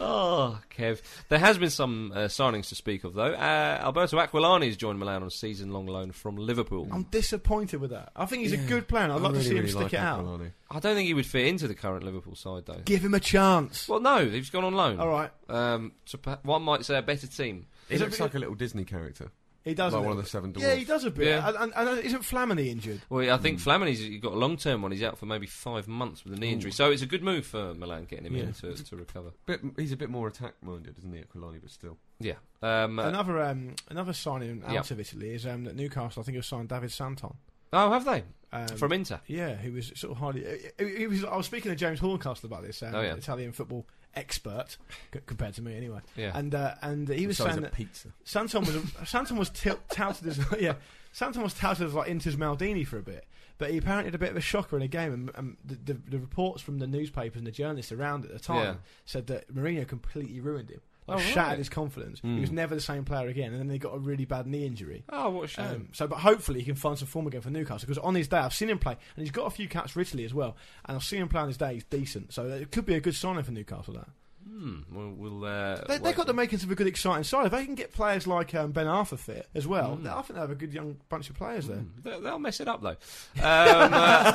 Oh, Kev. There has been some uh, signings to speak of, though. Uh, Alberto Aquilani has joined Milan on a season-long loan from Liverpool.
I'm disappointed with that. I think he's a
Yeah.
good player. and I'd like
I
to see him
really, really
stick
like
it out.
Aquilani.
I don't think he would fit into the current Liverpool side, though.
Give him a chance.
Well, no, he's gone on loan.
All right,
Um, to per- one might say a better team.
He
Is it
looks
because-
like a little Disney character,
he does.
like
a
one
bit.
of the Seven Dwarfs.
yeah, he does a bit.
Yeah.
And, and, and isn't Flamini injured?
Well, I
Hmm.
think Flamini's he's got a long-term one. He's out for maybe five months with a knee injury, so it's a good move for Milan getting him
Yeah.
in to, to recover.
Bit, he's a bit more attack minded, isn't he, Aquilani? But still,
Yeah. Um, uh,
another um, another signing out
Yeah.
of Italy is um, that Newcastle. I think has signed David Santon.
oh, have they
Um,
from Inter?
yeah, who was sort of highly. He, he was. I was speaking to James Horncastle about this. Um,
Oh, yeah.
Italian football expert c- compared to me anyway.
Yeah.
And uh, and he was
the size
saying
of
that
pizza.
Santon was Santon was til- touted as yeah Santon was touted as like Inter's Maldini for a bit, but he apparently had a bit of a shocker in a game, and, and the, the, the reports from the newspapers and the journalists around at the time
Yeah.
said that Mourinho completely ruined him, like
Oh, right. Hmm.
shattered his confidence. He
Mm.
was never the same player again, and then they got a really bad knee injury.
Oh, what a shame.
Um, so, but hopefully he can find some form again for Newcastle because on his day I've seen him play and he's got a few caps for Italy as well, and I've seen him play on his day. He's decent, so it could be a good signing for Newcastle. That
hmm. We'll. we'll uh,
they,
wait
they've got the makings of a good, exciting side. If they can get players like um, Ben Arthur fit as well, I think they have a good young bunch of players there.
They'll they'll mess it up though. Um, uh,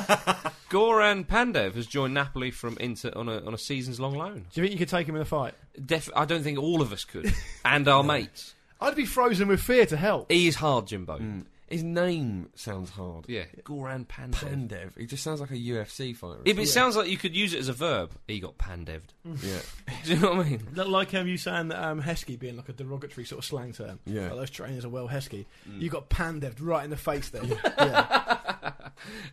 Goran Pandev has joined Napoli from Inter on a on a season's long loan.
Do you think you could take him in a fight?
Def- I don't think all of us could, and our mates.
I'd be frozen with fear to help.
He is hard, Jimbo.
Hmm.
His name sounds hard.
Yeah, Goran Pandev.
Pandev. He just sounds like a UFC fighter.
If it sounds like you could use it as a verb, he got pandeved.
Hmm.
yeah,
Do you know what I mean?
Like um, you saying that um, Heskey being like a derogatory sort of slang term.
Yeah.
Like, those trainers are well Heskey. You got pandeved right in the face there.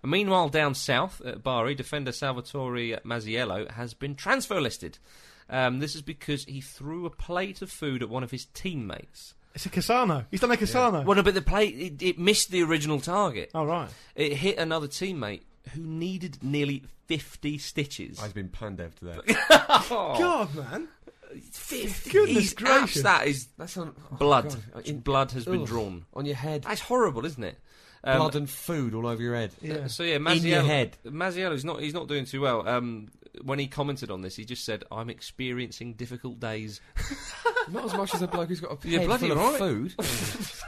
Meanwhile, down south at Bari, defender Salvatore Mazziello has been transfer listed. Um, this is because he threw a plate of food at one of his teammates.
It's a Casano. He's done a Casano.
Oh.
Well, no, but the plate it, it missed the original target.
All right.
It hit another teammate who needed nearly 50 stitches.
I've Oh, been pandev to that.
God, man.
50.
Goodness
He's
gracious.
abs- That is
That's on oh,
blood.
God.
In- blood has been
Ugh.
drawn.
on your head.
That's horrible, isn't it? Um,
blood and food all over your head.
Yeah.
So yeah, Maziello,
In your head.
Maziello's not he's not doing too well. Um, when he commented on this, he just said, "I'm experiencing difficult days."
Not as much as a bloke who's got a
You're
head
bloody
full of
right.
food.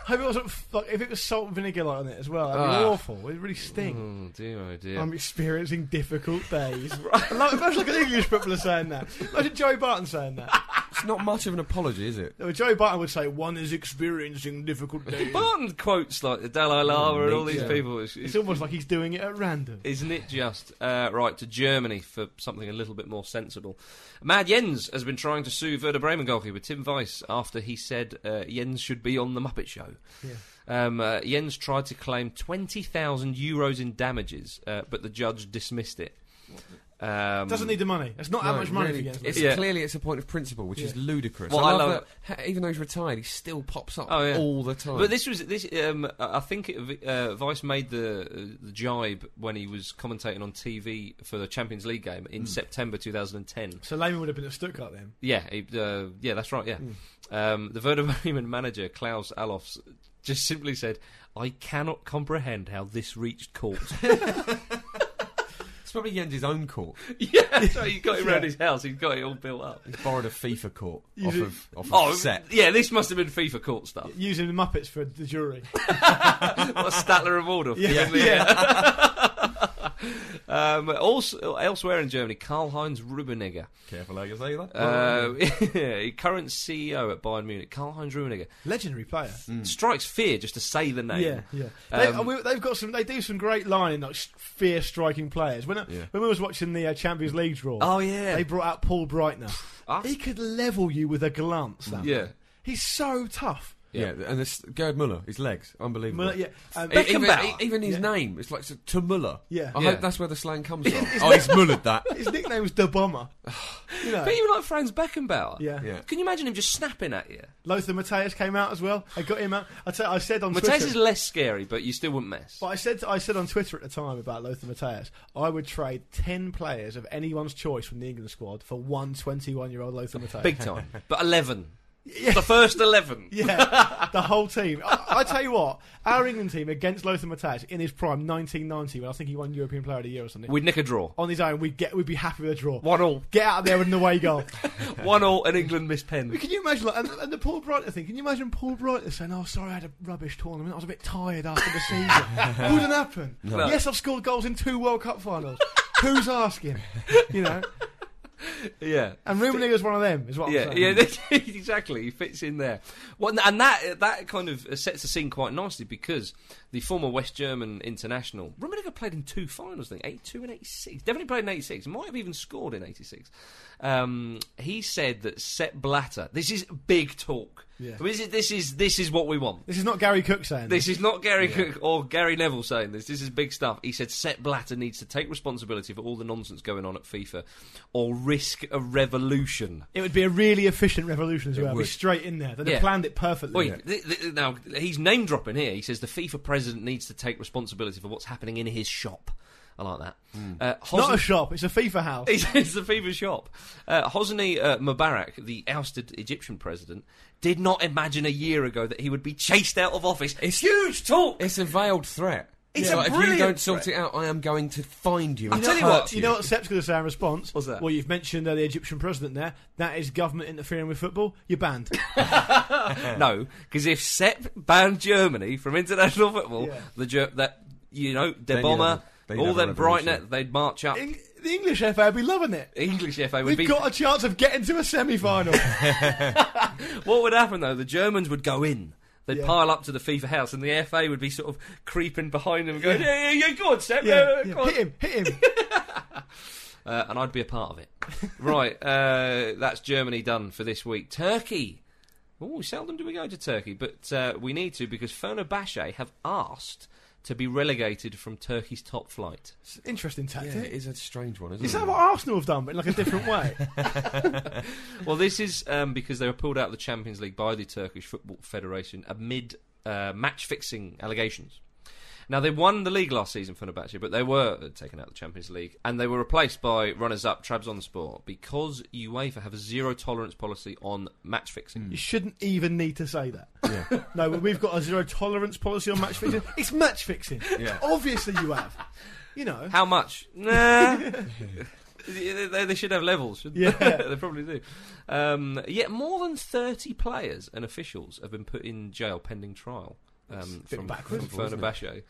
Hope it wasn't f- like if it was salt and vinegar like on it as well. That'd be
Ah.
awful. It'd really sting.
Oh dear, oh dear.
Um,
I'm experiencing difficult days. like, imagine like an English footballer saying that. Imagine Joey Barton saying that.
it's not much of an apology, is it?
No, Joey Barton would say, "One is experiencing difficult days."
Barton quotes like the Dalai Lama and all these
Nietzsche.
people. It's,
It's
it's,
almost like he's doing it at random.
isn't it just uh, right to Germany for something a little bit more sensible? Mad Jens has been trying to sue Werder Bremen goalkeeper Tim Weiss after he said uh, Jens should be on the Muppet Show.
Yeah.
Um, uh, Jens tried to claim twenty thousand euros in damages, uh, but the judge dismissed it. Um,
Doesn't need the money. It's not that
No,
much money
really,
for Jens.
It's
Yeah.
clearly it's a point of principle, which is ludicrous.
Well,
I
I
love,
love
that. ha- Even though he's retired, he still pops up
Oh, yeah.
all the time.
But this was this. Um, I I think it, uh, Vice made the uh, the jibe when he was commentating on TV for the Champions League game
Hmm.
in September 2010.
So Lehman would have been at Stuttgart then.
Yeah, he, uh, yeah, that's right. Yeah, um, the Werder Bremen manager Klaus Alofs just simply said, "I cannot comprehend how this reached court."
it's probably Jens' own court.
yeah, so he got it round
Yeah.
his house. He's got it all built up.
He's borrowed a FIFA court off
did-
of, off
Oh,
of set.
yeah, this must have been FIFA court stuff.
Using the Muppets for the jury.
what Statler and Waldorf.
Yeah.
Um, also, elsewhere in Germany, Karl Heinz Rummenigge,
Careful how you say that.
uh, current CEO at Bayern Munich, Karl Heinz Rummenigge,
Legendary player.
Hmm.
strikes fear just to say the name.
Yeah, yeah. They,
Um,
uh, we, they've got some. They do some great line like fear striking players. When I,
Yeah.
when we was watching the uh, Champions League draw,
Oh, yeah.
they brought out Paul Breitner.
Ah.
He could level you with a glance. That
Yeah.
man. he's so tough.
yeah. and this Gerd Muller, his legs, unbelievable.
Well, yeah, um,
He-
Even,
Beckenbauer.
e- even his
Yeah.
name, it's like to Muller.
Yeah.
I
Yeah.
hope that's where the slang comes from. oh, he's Mullered that.
his nickname was the bomber. You know,
Oh. But even like Franz Beckenbauer.
yeah.
Yeah.
Can you imagine him just snapping at you?
Lothar Matthäus came out as well. I got him out. I, tell- I said on
Mateus
Twitter,
is less scary, but you still wouldn't mess.
But I said I said on Twitter at the time about Lothar Matthäus, I would trade ten players of anyone's choice from the England squad for one 21 year old Lothar Matthäus.
Big time. but 11. The first 11.
Yeah, the whole team. I, I tell you what, our England team against Lothar Matthäus in his prime, 1990, when I think he won European Player of the Year or something.
We'd nick a draw.
on his own, we'd get we'd be happy with a draw.
Oh, One all.
Get out there with an away goal.
One all, and England miss
But
pen.
can you imagine? Like, and, and the Paul Brighton thing. Can you imagine Paul Brighton saying, "Oh, sorry, I had a rubbish tournament. I was a bit tired after the season. Wouldn't happen. Yes, I've scored goals in two World Cup finals. Who's asking? You know."
Yeah.
And Rummenigge's one of them, is what
Yeah,
I'm
yeah,
saying.
this- exactly. He fits in there. Well, and that that kind of sets the scene quite nicely because the former West German international Rummenigge played in two finals, I think eighty two and eighty six. Definitely played in eighty six. Might have even scored in eighty six. Um, he said that Sepp Blatter. This is big talk.
Yeah.
This is this is this is what we want.
This is not Gary Cook saying
This is not Gary Cook or Gary Neville saying this. This is big stuff. He said Sepp Blatter needs to take responsibility for all the nonsense going on at FIFA, or risk a revolution.
It would be a really efficient revolution as well. It'd be
would.
straight in there. They'd
Yeah.
have planned it perfectly.
Well, th- th- now he's name dropping here. He says the FIFA president needs to take responsibility for what's happening in his shop. I like that. Uh, Hosni-
Not a shop. Hmm. It's a FIFA house.
It's, it's the FIFA shop. Uh, Hosni uh, Mubarak, the ousted Egyptian president, did not imagine a year ago that he would be chased out of office. It's huge talk.
It's a veiled threat.
It's
So
a
if you
brilliant
don't sort
threat.
it out, I am going to find you.
I'll
and
tell you
hurt
what,
You know what Sepp's going to say in response?
What's that?
Well, you've mentioned uh, the Egyptian president there. That is government interfering with football. You're banned.
no, because if Sepp banned Germany from international football,
Yeah.
the Ger- that you know, De
Then you'd have
Bomber,
a- then you'd
all
have a
them
revolution.
Breitner, they'd march up.
Eng- the English FA would be loving it.
English FA would
We've
be
got a chance of getting to a semi final.
What would happen though? The Germans would go in. They'd
Yeah.
pile up to the FIFA house, and the FA would be sort of creeping behind them, going, "Yeah, yeah, yeah, go on, Seb, yeah,
yeah,
go
yeah.
on."
Hit him, hit him.
Uh, and I'd be a part of it. right, uh, that's Germany done for this week. Turkey. Oh, seldom do we go to Turkey, but uh, we need to because Fenerbahce have asked to be relegated from Turkey's top flight.
Interesting
Yeah,
tactic.
it is a strange one, isn't
Is
it?
that what Arsenal have done, but in like a different way?
Well, this is um, because they were pulled out of the Champions League by the Turkish Football Federation amid uh, match fixing allegations. Now they won the league last season, Fenerbahce, but they were taken out of the Champions League and they were replaced by runners-up Trabzonspor because UEFA have a zero tolerance policy on match fixing.
You shouldn't even need to say that.
Yeah.
No, but we've got a zero tolerance policy on match fixing. It's match fixing.
Yeah.
Obviously, you have. You know.
How much? Nah. They, they- they should have levels, shouldn't
Yeah.
they? they probably do. Um, yet more than 30 players and officials have been put in jail pending trial um,
bit
from,
backwards,
from Fenerbahce,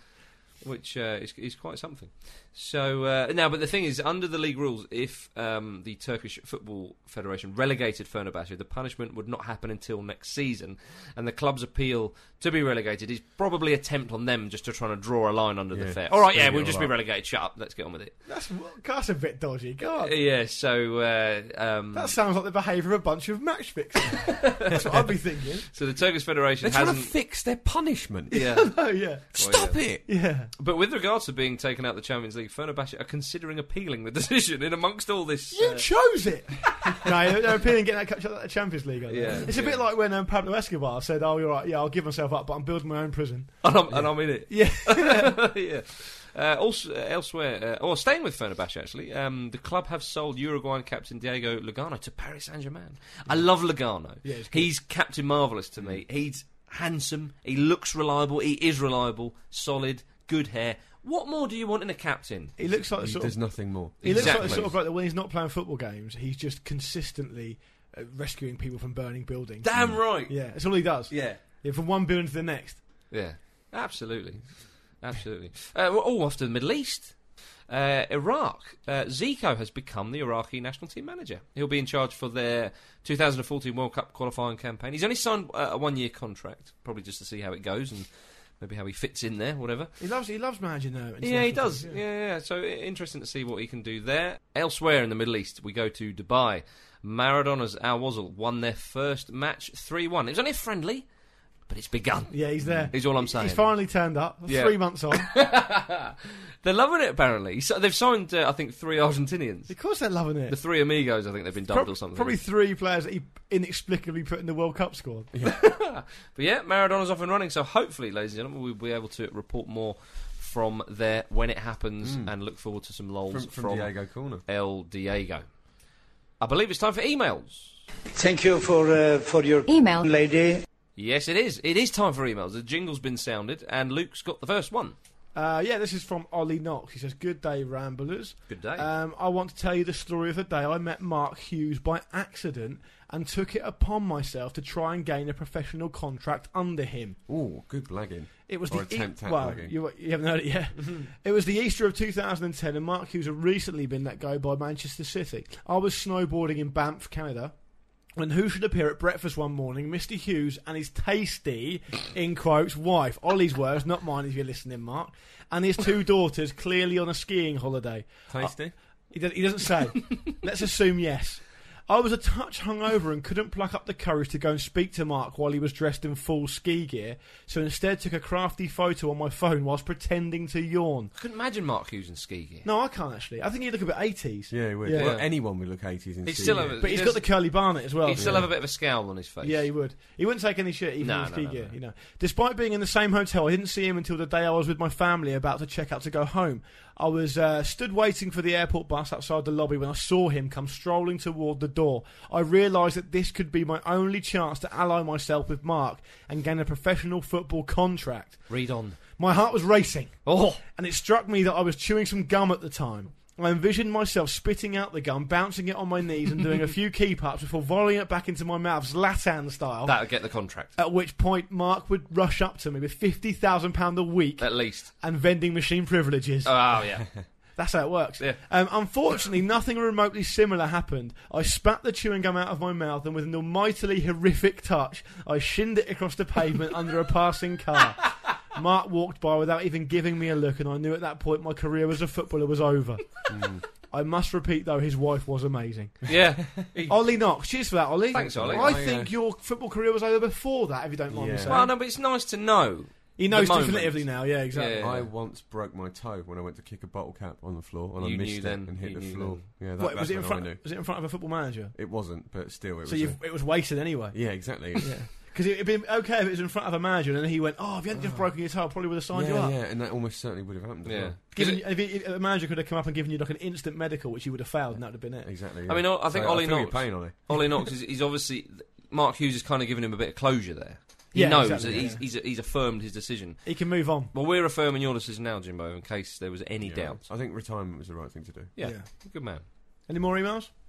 which uh, is, is quite something. So uh, now, but the thing is, under the league rules, if um, the Turkish Football Federation relegated Fenerbahce, the punishment would not happen until next season, and the club's appeal to be relegated is probably attempt on them just to try and draw a line under the
Yeah,
fair. All right,
speed
yeah,
it
we'll
all
just be
up.
relegated. Shut up. Let's get on with it.
That's, that's a bit dodgy. God.
Yeah, so uh, um,
That sounds like the behaviour of a bunch of match fixers. That's what I'd be thinking.
so the Turkish
They're
Federation
trying to
hasn't.
fix their punishment.
yeah,
Oh yeah,
Stop it.
yeah.
but with regards to being taken out of the Champions League, Fenerbahce are considering appealing the decision. In amongst all this,
You
uh,
chose it. no, they're appealing getting that cup- that Champions League. Aren't they?
Yeah,
it's a
yeah.
bit like when um, Pablo Escobar said, "Oh, you're right. Yeah, I'll give myself up, but I'm building my own prison."
and, I'm, and I'm in it.
Yeah.
yeah. Uh, also, uh, elsewhere, uh, or staying with Fenerbahce actually, um, the club have sold Uruguayan captain Diego Lugano to Paris Saint Germain. I love Lugano.
Yeah, he's good. Mm.
he's Captain Marvelous to me. He's handsome. He looks reliable. He is reliable. Solid. Good hair. What more do you want in a captain?
He looks like the
He-
sort
There's
of.
nothing more.
He looks like the
Exactly.
sort of like that when he's not playing football games, he's just consistently uh, rescuing people from burning buildings.
Damn right.
Yeah, that's all he does.
Yeah.
Yeah, from one building to the next.
Yeah, absolutely, absolutely. Uh, we're all off to the Middle East. Uh, Iraq. Uh, Zico has become the Iraqi national team manager. He'll be in charge for their 2014 World Cup qualifying campaign. He's only signed uh, a one-year contract, probably just to see how it goes and maybe how he fits in there, whatever.
He loves he loves managing though.
Yeah, he does. Yeah, yeah. yeah. So i- interesting to see what he can do there. Elsewhere in the Middle East, we go to Dubai. Maradona's Al Wasl won their first match 3-1. It was only a friendly, but it's begun.
Yeah, he's there.
Is all I'm saying.
He's finally turned up.
Yeah.
Three months on.
They're loving it, apparently. So they've signed, uh, I think, three Argentinians.
of course they're loving it.
The three amigos, I think they've been dubbed
Prob-
or something.
Probably three players that he inexplicably put in the World Cup squad.
But yeah, Maradona's off and running. So hopefully, ladies and gentlemen, we'll be able to report more from there when it happens
Mm.
and look forward to some lols
From, from Diego Corner.
El Diego. I believe it's time for emails.
Thank you for, uh, for your
Email.
lady.
Yes, it is. It is time for emails. The jingle's been sounded and Luke's got the first one.
Uh, yeah, this is from Ollie Knox. He says, "Good day, Ramblers.
Good day.
Um, I want to tell you the story of the day I met Mark Hughes by accident and took it upon myself to try and gain a professional contract under him.
Oh, good blagging.
It was
or
the E-
attempt at
well,
blagging.
you, you haven't heard it yet.
Mm-hmm.
it was the Easter of 2010, and Mark Hughes had recently been let go by Manchester City. I was snowboarding in Banff, Canada. when who should appear at breakfast one morning? Mr. Hughes and his tasty, in quotes, wife. Ollie's words, not mine if you're listening, Mark. And his two daughters, clearly on a skiing holiday.
Tasty.
He, does, he doesn't say. Let's assume yes. I was a touch hungover and couldn't pluck up the courage to go and speak to Mark while he was dressed in full ski gear, so instead took a crafty photo on my phone whilst pretending to yawn.
I couldn't imagine Mark Hughes in ski gear.
No, I can't actually. I think he'd look a bit 80s.
yeah, he would.
Yeah.
Well, anyone would look 80s in
He's
Steve.
still over-
But he's
He
got
does-
the curly barnet as well.
He'd still have a bit of a scowl on his face.
Yeah, he would. He wouldn't take any shit even
No,
in his
no,
ski
no,
gear,
no.
you know. Despite being in the same hotel, I didn't see him until the day I was with my family about to check out to go home. I was uh, stood waiting for the airport bus outside the lobby when I saw him come strolling toward the door. I realised that this could be my only chance to ally myself with Mark and gain a professional football contract.
Read on.
My heart was racing
Oh,
and it struck me that I was chewing some gum at the time. I envisioned myself spitting out the gum, bouncing it on my knees, and doing a few keep ups before volleying it back into my mouth, Zlatan style.
that'll get the contract.
at which point, Mark would rush up to me with fifty thousand pound a week
At least.
and vending machine privileges.
Oh, yeah.
That's how it works.
Yeah.
Um, unfortunately, nothing remotely similar happened. I spat the chewing gum out of my mouth, and with an almightily horrific touch, I shinned it across the pavement under a passing car. Mark walked by without even giving me a look, and I knew at that point my career as a footballer was over.
Hmm.
I must repeat, though, his wife was amazing.
Yeah. He-
Ollie Knox, cheers for that, Ollie.
Thanks, Ollie.
I
Oh,
yeah.
think your football career was over before that, if you don't mind me
Yeah.
saying.
Well, no, but it's nice to know.
he knows
the moment.
definitively now, yeah, exactly.
Yeah.
I once broke my toe when I went to kick a bottle cap on the floor, and
You
I
knew
missed it
then.
and hit
You
the
knew
floor. Yeah, that,
What,
that's
was, it in
when I
front,
knew.
was it in front of a football manager?
It wasn't, but still, it
So
was.
you've,
a-
it was wasted anyway.
yeah, exactly. It's-
Because it'd been okay if it was in front of a manager, and then he went, "Oh, if you hadn't just broken your toe, I probably would have signed you
yeah,
up."
yeah, and that almost certainly would have happened. as
Yeah.
well.
Given, if, he, if a manager could have come up and given you like an instant medical, which you would have failed, and that would have been it.
Exactly.
I mean, I- I think
so
Ollie
feel your
Knox-
pain, Ollie.
Ollie Knox is he's obviously Mark Hughes is kind of giving him a bit of closure there. He
Yeah,
knows
exactly,
that
yeah.
he's, he's he's affirmed his decision.
He can move on.
Well, we're affirming your decision now, Jimbo, in case there was any doubt.
I think retirement was the right thing to do.
Yeah,
Yeah.
good man.
Any more emails?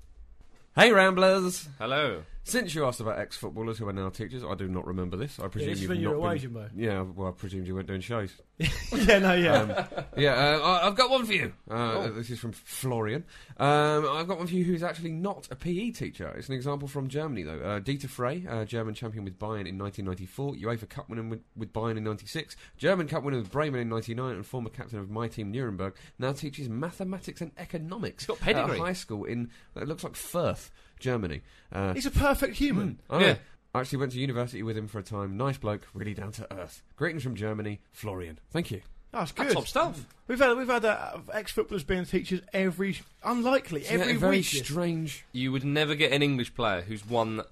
Hey, Ramblers!
Hello.
Since you asked about ex-footballers who are now teachers, I do not remember this. I presume
this is
you've
when you
not
were away,
been-
Jimbo.
Yeah, well, I presumed you weren't doing shows.
yeah, no, yeah.
yeah, uh, I- I've got one for you. Uh,
Oh.
This is from Florian. Um, I've got one for you who's actually not a PE teacher. It's an example from Germany, though. Uh, Dieter Frey, uh, German champion with Bayern in 1994, UEFA Cup winner with, with Bayern in 96, German Cup winner with Bremen in 99, and former captain of my team Nuremberg, now teaches mathematics and economics
He's got pedigree.
at a high school in, it looks like Firth, Germany. Uh,
He's a perfect human.
I
Yeah.
know. I Oh, actually went to university with him for a time. Nice bloke, really down to earth. Greetings from Germany, Florian. Thank you.
That's good.
That's top stuff.
We've had we've had uh, ex footballers being teachers every unlikely
Yeah,
every
a very
week.
strange
You would never get an English player who's won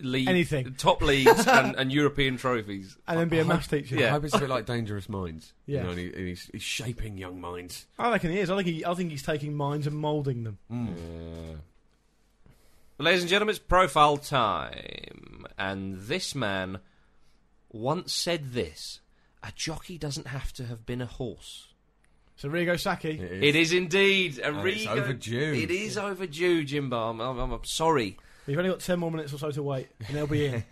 league,
Anything.
top leagues and, and European trophies.
and then be
I
a
hope-
maths teacher.
I
Yeah.
hope it's a bit like Dangerous Minds.
Yeah.
You know, and he- and he's, he's shaping young minds.
I reckon he is. I think he, I think he's taking minds and moulding them.
Ladies and gentlemen, it's profile time. And this man once said this a jockey doesn't have to have been a horse.
So Rigo Saki.
It is indeed. A
And it's
Rigo-
overdue.
It is overdue, Jimbo. I'm, I'm, I'm sorry.
You've only got ten more minutes or so to wait, and they'll be in.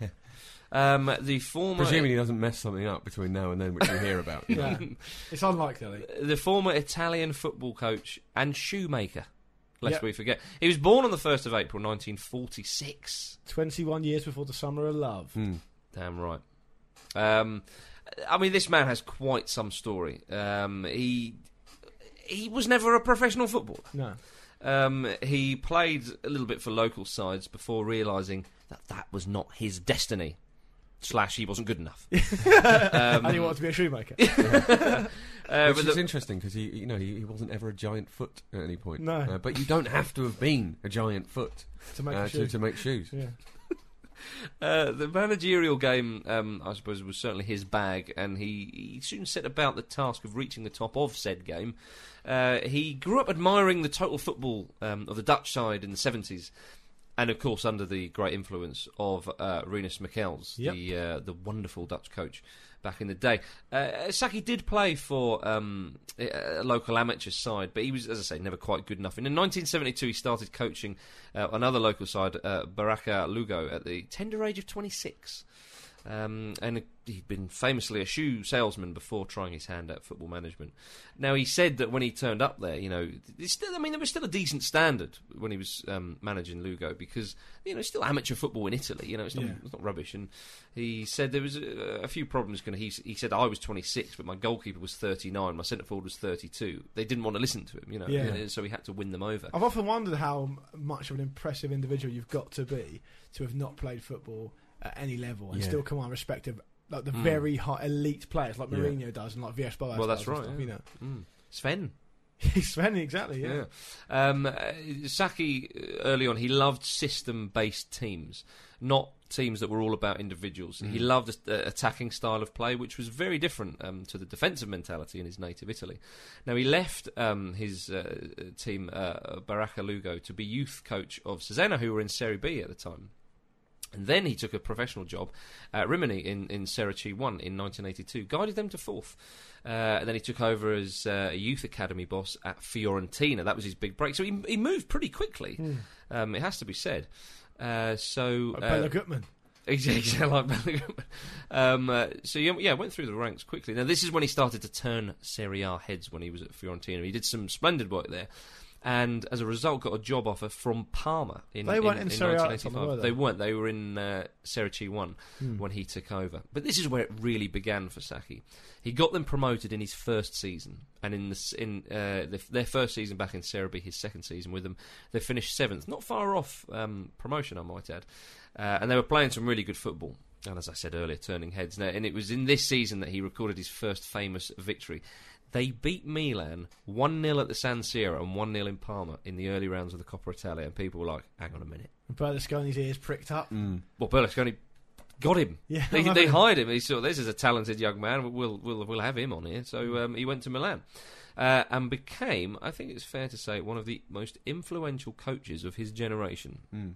Um, the former.
Presuming he doesn't mess something up between now and then, which we hear about. you know.
yeah. It's unlikely.
the former Italian football coach and shoemaker, lest
Yep.
we forget. He was born on the 1st of April 1946.
Twenty-one years before the summer of love.
Hmm.
Damn right. Um, I mean, this man has quite some story. Um, he. He was never a professional footballer.
No.
Um, he played a little bit for local sides before realising that that was not his destiny. Slash, he wasn't good enough. Um,
and he wanted to be a shoemaker.
Uh,
which
but
is
the-
interesting because he, you know, he, he wasn't ever a giant foot at any point.
No.
Uh, but you don't have to have been a giant foot
To make a
uh,
shoe.
to, to make shoes.
yeah.
Uh, the managerial game, um, I suppose, was certainly his bag, and he, he soon set about the task of reaching the top of said game. Uh, he grew up admiring the total football um, of the Dutch side in the 70s, and of course, under the great influence of uh, Renus Michels,
Yep.
the, uh, the wonderful Dutch coach back in the day. Uh, Saki did play for um, a local amateur side, but he was, as I say, never quite good enough. And in 1972, he started coaching uh, another local side, uh, Baraka Lugo, at the tender age of 26. Um, and he'd been famously a shoe salesman before trying his hand at football management. Now he said that when he turned up there, you know, it's still, I mean, there was still a decent standard when he was um, managing Lugo because you know it's still amateur football in Italy. You know, it's not,
Yeah.
it's not rubbish. And he said there was a, a few problems. Kind of, he, s- he said I was 26, but my goalkeeper was 39, my centre forward was 32. They didn't want to listen to him, you know,
Yeah.
and so he had to win them over.
I've often wondered how m- much of an impressive individual you've got to be to have not played football at any level and
Yeah.
still command respect of like the very high elite players like
Yeah.
Mourinho does and like VS Boas.
Hmm. Well,
does
that's
and
right,
Stuff,
yeah.
You know,
Mm. Sven.
Sven, exactly. Yeah.
Yeah. Um, uh, Saki, uh, early on, he loved system based teams, not teams that were all about individuals. He loved the attacking style of play, which was very different um, to the defensive mentality in his native Italy. Now, he left um, his uh, team, uh, Baraka Lugo, to be youth coach of Cesena, who were in Serie B at the time. And then he took a professional job at Rimini in, in Serie 1 in 1982, guided them to fourth. Uh, and then he took over as uh, a youth academy boss at Fiorentina. That was his big break. So he, he moved pretty quickly, um, it has to be said. Uh, so
Like
uh,
Bella Gutman.
Exactly, like Bellingham. Um, uh, so yeah, yeah, went through the ranks quickly. Now this is when he started to turn Serie A heads when he was at Fiorentina. He did some splendid work there, and as a result, got a job offer from Parma. In,
They weren't in Serie A at the time,
1985.
were they?
They weren't. They were in uh, Serie C one when he took over. But this is where it really began for Saki. He got them promoted in his first season, and in the, s- in uh, the, their first season back in Serie B, his second season with them, they finished seventh, not far off um, promotion, I might add. Uh, and they were playing some really good football. And as I said earlier, turning heads. Now, and it was in this season that he recorded his first famous victory. They beat Milan 1 0 at the San Siro and 1 0 in Parma in the early rounds of the Coppa Italia. And people were like, hang on a minute.
mm.
And Berlusconi's ears pricked up.
Well, Berlusconi got him.
Yeah,
they,
I
they
know.
hired him. He saw this is a talented young man. We'll we'll we'll have him on here. So um, he went to Milan. Uh, and became, I think it's fair to say, one of the most influential coaches of his generation.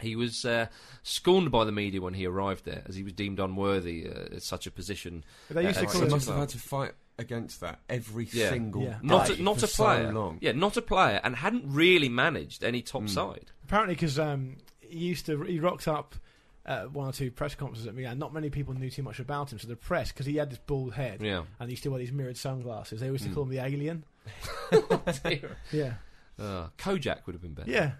He was uh, scorned by the media when he arrived there, as he was deemed unworthy uh, at such a position.
They used
uh,
to
at
So
call
such
him-
a
must have
club.
had to fight against that every
Yeah.
single
Yeah.
not
day
a, not
for
a player.
So long.
Yeah, not a player, and hadn't really managed any top side.
Apparently, because um, he used to, he rocked up at one or two press conferences at Milan. Not many people knew too much about him, so the press, because he had this bald head
Yeah. Hmm.
and he still wore these mirrored sunglasses. They used to call him the alien. Yeah,
uh, Kojak would have been better.
yeah.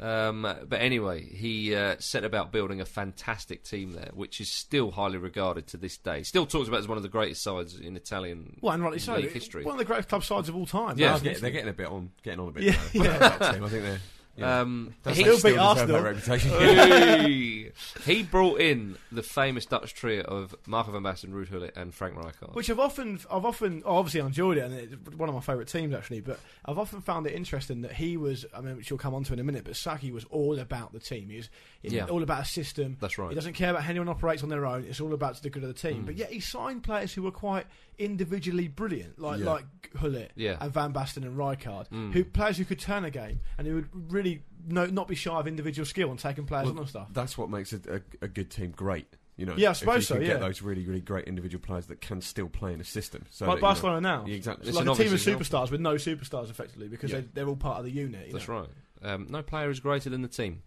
Um, but anyway, he uh, set about building a fantastic team there, which is still highly regarded to this day. Still talks about as one of the greatest sides in Italian
Well, and rightly so.
league history.
One of the greatest club sides of all time.
Yeah.
They're, getting, they're getting a bit on, getting on a bit.
Yeah,
now.
yeah.
That team, I think they're. Yeah.
um,
That's
he,
like
Still beat
deserve
Arsenal.
That reputation.
Uh,
Hey! he brought in the famous Dutch trio of Marco van Basten, Ruud Gullit, and Frank Rijkaard.
Which I've often, I've often, oh, obviously I enjoyed it, and it's one of my favourite teams actually. But I've often found it interesting that he was, I mean, which you'll come on to in a minute. But Saki was all about the team. He was he was
Yeah.
all about a system.
That's right. Hmm.
He doesn't care about how anyone operates on their own. It's all about the good of the team. But yet he signed players who were quite individually brilliant, like
Yeah.
like Hullet
Yeah. Hmm.
and Van Basten and Rijkaard, who players who could turn a game and who would really no, not be shy of individual skill and taking players on and stuff.
That's what makes a, a, a good team great. You know,
Yeah, I
if
suppose
you
so,
can
yeah.
Get those really, really great individual players that can still play in a system. So
Like
that, you know-
Barcelona now,
Yeah, exactly.
It's
It's
like
an
a team of
obvious example.
superstars with no superstars effectively because
Yeah.
they, they're all part of the unit. you know.
That's right. Um, no player is greater than the team.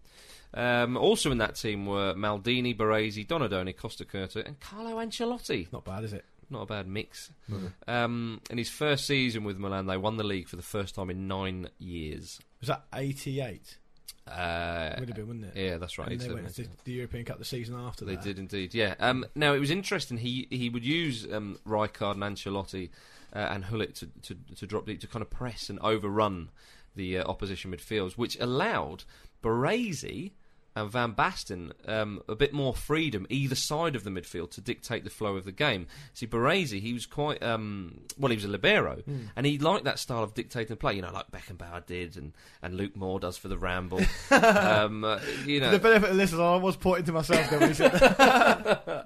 Um, also in that team were Maldini, Baresi, Donadoni, Costa Curta, and Carlo Ancelotti.
Not bad, is it?
Not a bad mix. Um, in his first season with Milan, they won the league for the first time in nine years.
Was that 88?
Uh,
Would have been, wouldn't it?
yeah, that's right.
And they
87,
went to
yeah.
the European Cup the season after
They
that.
did indeed, yeah. Um, now it was interesting. He he would use um, Rijkaard and Ancelotti uh, and Hullet to, to to drop deep to kind of press and overrun the uh, opposition midfields, which allowed Baresi and Van Basten um, a bit more freedom either side of the midfield to dictate the flow of the game. See, Baresi, he was quite um, well. He was a libero,
Hmm.
and he liked that style of dictating play. You know, like Beckenbauer did, and, and Luke Moore does for the ramble. um, uh, you
For
know,
the benefit of the listeners, I was pointing to myself there when he said that.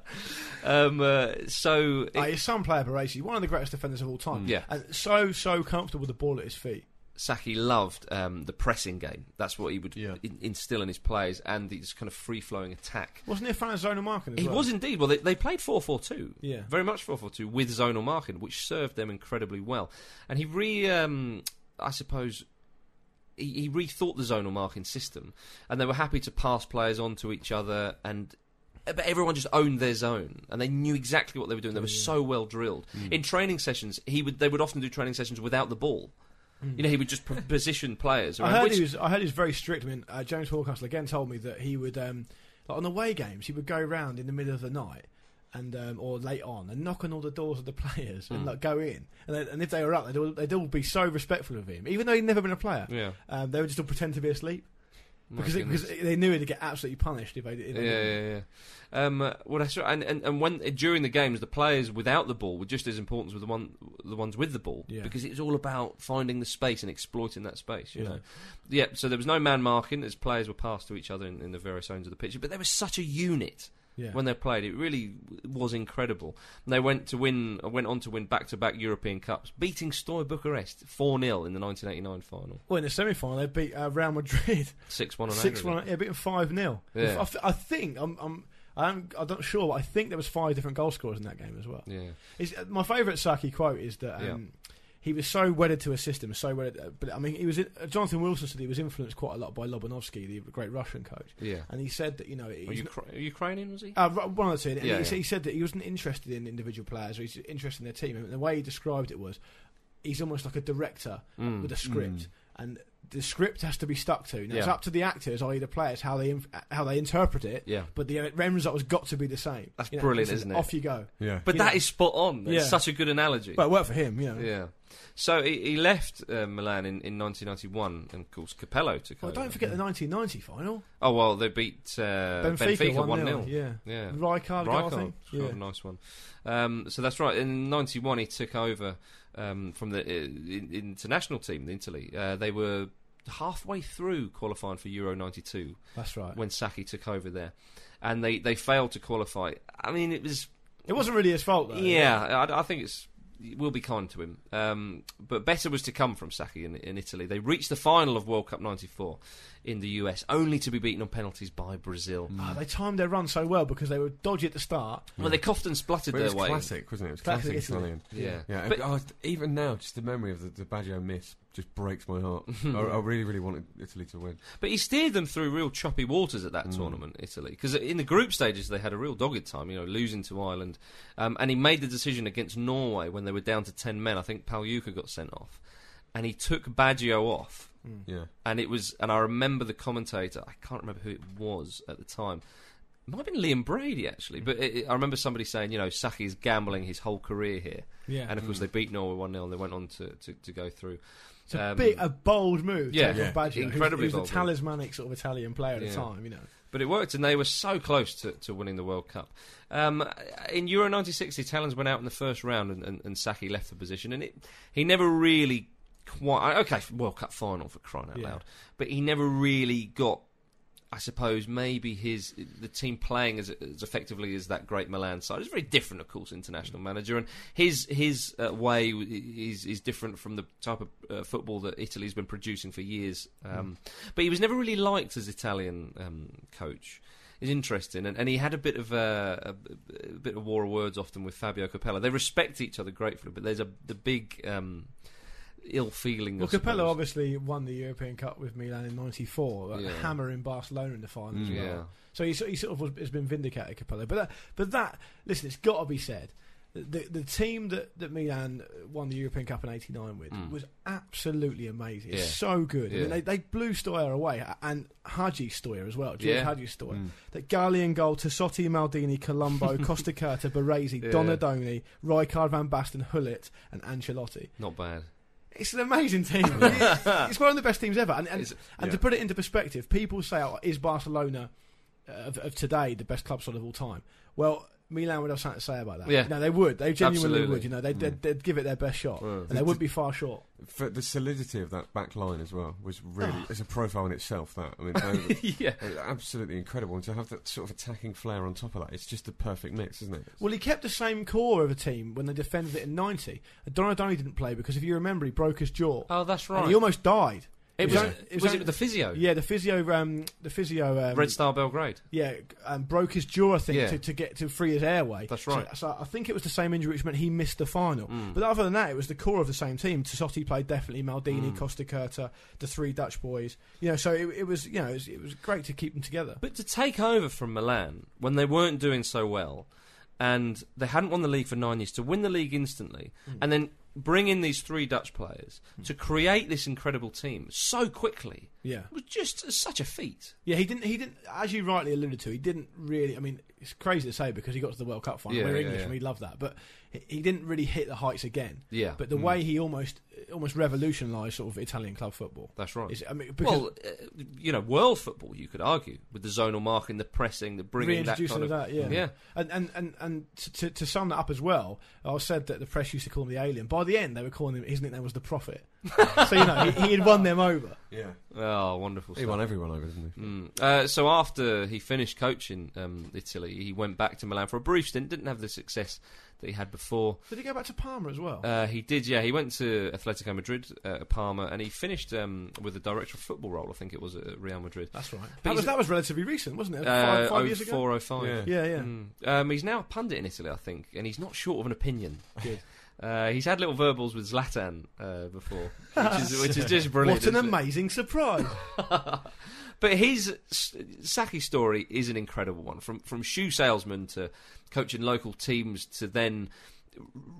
um, uh, so
Like, he's some player, Baresi, one of the greatest defenders of all time.
Mm. Yeah.
And so, so comfortable with the ball at his feet.
Saki loved um, the pressing game. That's what he would
Yeah.
in- instill in his players, and this kind of free flowing attack.
Wasn't he a fan of zonal marking as
He
well?
was indeed. Well, they, they played 4 4 2.
Yeah.
Very much 4 4 2 with zonal marking, which served them incredibly well. And he re. Um, I suppose. He, he rethought the zonal marking system, and they were happy to pass players on to each other, and but everyone just owned their zone, and they knew exactly what they were doing. They were so well drilled. In training sessions, he would they would often do training sessions without the ball. You know, he would just pr- position players.
Mm. I
around,
heard
which-
he was. I heard he was very strict. I mean, uh, James Horncastle again told me that he would, um, like on away games, he would go round in the middle of the night and um, or late on and knock on all the doors of the players
Hmm.
and like go in. And, they, and if they were up, they'd all, they'd all be so respectful of him, even though he'd never been a player.
Yeah.
um, they would just all pretend to be asleep
My
because it,
goodness.
because they knew they'd get absolutely punished if they. If
yeah,
they didn't.
yeah, yeah. Um, uh, well, that's right. And, and and when during the games, the players without the ball were just as important as the one the ones with the ball
Yeah.
because it was all about finding the space and exploiting that space. You
Yeah.
know, yeah. So there was no man marking as players were passed to each other in, in the various zones of the pitch. But there was such a unit.
Yeah.
When they played, it really w- was incredible. And they went to win, uh, went on to win back-to-back European cups, beating Stoy Bucharest four 0 in the 1989 final,
Well, in the semi-final, they beat uh, Real Madrid
six one on
six
aggregate.
one. Yeah, beat them five 0
Yeah.
I, th- I think I'm. I'm I'm, I'm not sure, but I think there was five different goal scorers in that game as well.
Yeah.
It's, uh, my favourite Saki quote is that um, he was so wedded to a system, so wedded. Uh, but I mean, he was in, uh, Jonathan Wilson said he was influenced quite a lot by Lobanovsky, the great Russian coach.
Yeah.
and he said that you know
Were
he's,
Ukra- Ukrainian was he?
uh, ru- one of the two. And
Yeah,
he,
yeah.
said- he said that he wasn't interested in individual players, or he's interested in their team. And the way he described it was, he's almost like a director
Mm.
with a script, and the script has to be stuck to. Now, It's
Yeah.
up to the actors, i.e., the players, how they inf- uh, how they interpret it.
Yeah.
But the uh, end result has got to be the same.
That's
You know,
brilliant,
listen,
isn't it?
Off you go.
yeah.
But
You
that
know.
is spot on. It's
Yeah.
such a good analogy.
But it worked for him, you know.
yeah. So he, he left uh, Milan in, in 1991, and of course Capello took
Well,
over.
don't forget the 1990 final.
Oh well, they beat uh,
Benfica,
Benfica
1-0,
one 0
yeah.
yeah.
Rijkaard, goal, I
Rijkaard
think.
scored
Yeah.
a nice one. Um, so that's right. In '91, he took over um, from the uh, in, international team in Italy. Uh, they were halfway through qualifying for Euro '92
That's right.
when Saki took over there. and they, they failed to qualify. I mean, it was
It wasn't really his fault, though.
yeah, I, I think it's we'll be kind to him. Um, but better was to come from Saki in, in Italy. They reached the final of World Cup '94 in the US, only to be beaten on penalties by Brazil.
Oh, they timed their run so well because they were dodgy at the start.
Well, they coughed and spluttered
But it
their
was
way.
classic, wasn't it? It was
Classic
classic,
Italy.
Italian.
Yeah.
Yeah,
But-
oh, even now, just the memory of the, the Baggio miss just breaks my heart. I, I really, really wanted Italy to win.
But he steered them through real choppy waters at that tournament, Italy, because in the group stages they had a real dogged time, you know, losing to Ireland, um, and he made the decision against Norway when they were down to ten men. I think Paluca got sent off, and he took Baggio off,
Yeah,
and it was, and I remember the commentator, I can't remember who it was at the time. It might have been Liam Brady actually, but it, it- I remember somebody saying, you know, Saki's gambling his whole career here,
Yeah.
and of course they beat Norway one 0 and they went on to, to, to go through.
It's a
Um,
big, a bold move.
yeah,
taken
yeah.
by Baggio,
Incredibly
who's, who's
bold
the
move.
talismanic sort of Italian player at
Yeah.
the time. You know,
But it worked, and they were so close to, to winning the World Cup. Um, in Euro 96, the Italians went out in the first round, and, and, and Saki left the position. And it, he never really quite. Okay, World Cup final for crying out
Yeah.
loud. But he never really got, I suppose, maybe his the team playing as, as effectively as that great Milan side. It's very different, of course, international manager. And his his uh, way w- is, is different from the type of uh, football that Italy's been producing for years.
Mm.
Um, But he was never really liked as Italian um, coach is interesting, and, and he had a bit of a, a, a bit of war of words often with Fabio Capello. They respect each other gratefully, but there's a the big um, ill feeling. I
well, Capello
suppose.
obviously won the European Cup with Milan in '94, like,
Yeah. Mm,
hammering Barcelona in the final as well.
yeah.
So he, sort- he sort of was, has been vindicated, Capello. But that, but that listen, it's got to be said. The the team that, that Milan won the European Cup in '89 with was absolutely amazing. It's
Mm. Yeah.
so good. I
Yeah.
mean, they, they blew Steyer away and Haji Steyer as well. George
Yeah. Mm.
Haji Steyer. That Gallian goal: Tassotti, Maldini, Colombo, Costa Curta, Baresi,
Yeah.
Donadoni, Rijkaard, Van Basten, Hullet, and Ancelotti.
not bad.
It's an amazing team. it's one of the best teams ever. And, and,
It's-
and to put it into perspective, people say, oh, is Barcelona uh, of, of today the best club side of all time? Well, Milan would have something to say about that.
Yeah.
No, they would. They genuinely
Absolutely.
would. You know, they'd, they'd, they'd give it their best shot.
Mm.
And they would be far short.
For the solidity of that back line as well was really
Ah.
it's a profile in itself. That I mean, they-
yeah,
it's absolutely incredible, and to have that sort of attacking flair on top of that, it's just the perfect mix, isn't it?
Well, he kept the same core of a team when they defended it in 90. And Donadoni didn't play because, if you remember, he broke his jaw.
Oh, that's
And
right.
he almost died.
it
It
was.
was- it was
was
only-
it the physio?
Yeah, the physio, um, the physio, um,
Red Star Belgrade.
Yeah, um, broke his jaw, I think,
Yeah.
to, to get to free his airway.
That's right. Mm.
So, so I think it was the same injury, which meant he missed the final. But other than that, it was the core of the same team. Tassotti played definitely, Maldini,
Mm.
Costa Curta, the three Dutch boys. You know, so it, it was, you know, it was, it was great to keep them together.
But to take over from Milan when they weren't doing so well, and they hadn't won the league for nine years, to win the league instantly,
Hmm.
and then bring in these three Dutch players to create this incredible team so quickly
Yeah,
was just such a feat.
yeah. He didn't, he didn't, as you rightly alluded to, he didn't really. I mean, it's crazy to say because he got to the World Cup final.
Yeah,
We're
yeah,
English
yeah.
and we love that, but he, he didn't really hit the heights again.
Yeah. Mm.
But the way he almost, almost revolutionised sort of Italian club football.
That's right.
Is- I mean, because-
well, uh, you know, world football, you could argue, with the zonal marking, the pressing, the bringing that
reintroducing
kind of.
that, yeah,
yeah.
And and and, and to- to, to sum that up as well, I said that the press used to call him the alien. By the end, they were calling him his nickname was the prophet. so you know he, he had won them over.
Yeah,
Oh, wonderful
he
stuff.
won everyone over, didn't he?
Mm. Uh, so after he finished coaching um, Italy, he went back to Milan for a brief stint. Didn't have the success that he had before.
Did he go back to Parma as well?
Uh, he did, yeah. He went to Atletico Madrid, uh, Parma, and he finished um, with the director of football role. I think it was at Real Madrid.
That's right.
but
That
he's-
was, that was relatively recent, wasn't it?
Uh,
Uh, Five, five years ago.
04, 05.
Yeah.
Yeah, yeah.
Mm. Um, he's now a pundit in Italy, I think, and he's not short of an opinion.
Good.
Uh, he's had little verbals with Zlatan uh, before, which is, which is just brilliant.
What
isn't
an
it?
amazing surprise!
But his S- Saki story is an incredible one. From from shoe salesman to coaching local teams to then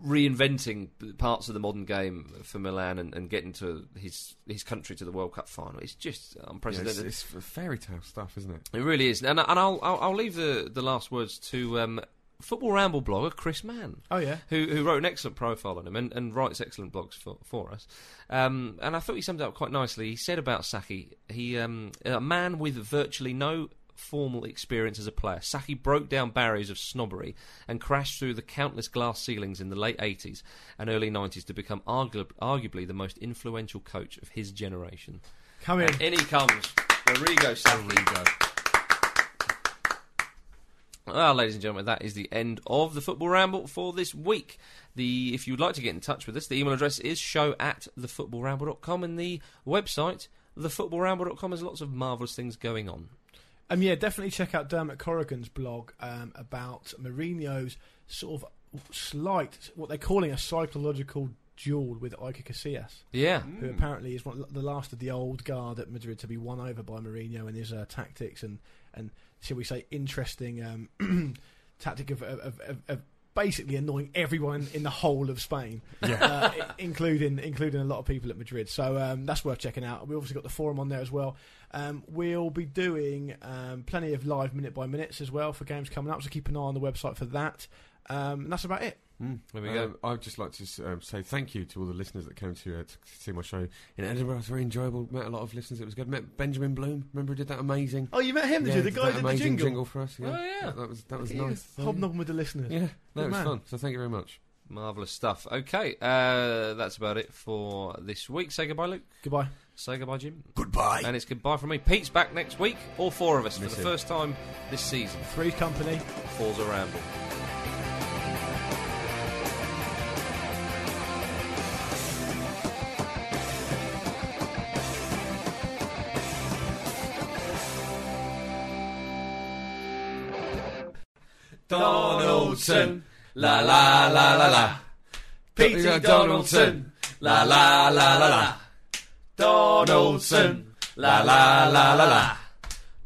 reinventing parts of the modern game for Milan and, and getting to his his country to the World Cup final. It's just
Yeah, it's,
unprecedented.
it's fairy tale stuff, isn't it?
It really is. And, and I'll, I'll I'll leave the the last words to um, football ramble blogger Chris Mann
oh yeah.
who who wrote an excellent profile on him and, and writes excellent blogs for for us. Um, and I thought he summed it up quite nicely. He said about Saki, he um, a man with virtually no formal experience as a player. Saki broke down barriers of snobbery and crashed through the countless glass ceilings in the late 80s and early 90s to become argu- arguably the most influential coach of his generation.
Come in.
And in he comes. Rodrigo Saki. Well, Ah, ladies and gentlemen, that is the end of the Football Ramble for this week. The If you'd like to get in touch with us, the email address is show at thefootballramble.com and the website, thefootballramble.com, has lots of marvellous things going on.
Um, yeah, definitely check out Dermot Corrigan's blog um, about Mourinho's sort of slight, what they're calling a psychological duel with Iker Casillas,
Yeah.
Hmm.
who apparently is one, the last of the old guard at Madrid to be won over by Mourinho and his uh, tactics and, and, shall we say, interesting um, tactic of, of, of, of basically annoying everyone in the whole of Spain, uh, i- including including a lot of people at Madrid. So um, that's worth checking out. We obviously got the forum on there as well. Um, we'll be doing um, plenty of live minute by minutes as well for games coming up. So keep an eye on the website for that. Um, and that's about it.
There we go.
Um, I'd just like to s- um, say thank you to all the listeners that came to, uh, to see my show in Edinburgh. It was very enjoyable. Met a lot of listeners. It was good. Met Benjamin Bloom. Remember, he did that amazing.
Oh, you met him, did
Yeah,
you?
he
The guy
that
who did the
amazing
jingle.
for us. Yeah.
Oh, yeah.
That, that was that was
at you.
nice.
Hobnobbing with the listeners.
Yeah, no, it was
man.
fun. So thank you very much.
Marvellous stuff. Okay, uh, that's about it for this week. Say goodbye, Luke.
Goodbye.
Say goodbye, Jim.
Goodbye.
And it's goodbye from me. Pete's back next week, all four of us, for
Miss
the
him.
first time this season.
Three's company.
Falls a ramble.
Donaldson, la la la la la. Peter Donaldson, la la la la la. Donaldson, la la la la la.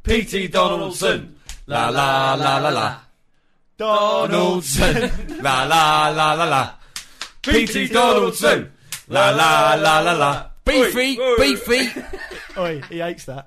Petey Donaldson, la la la la la. Donaldson, la la la la la. Petey Donaldson, la la la la la. Beefy, beefy.
Oi, he hates that.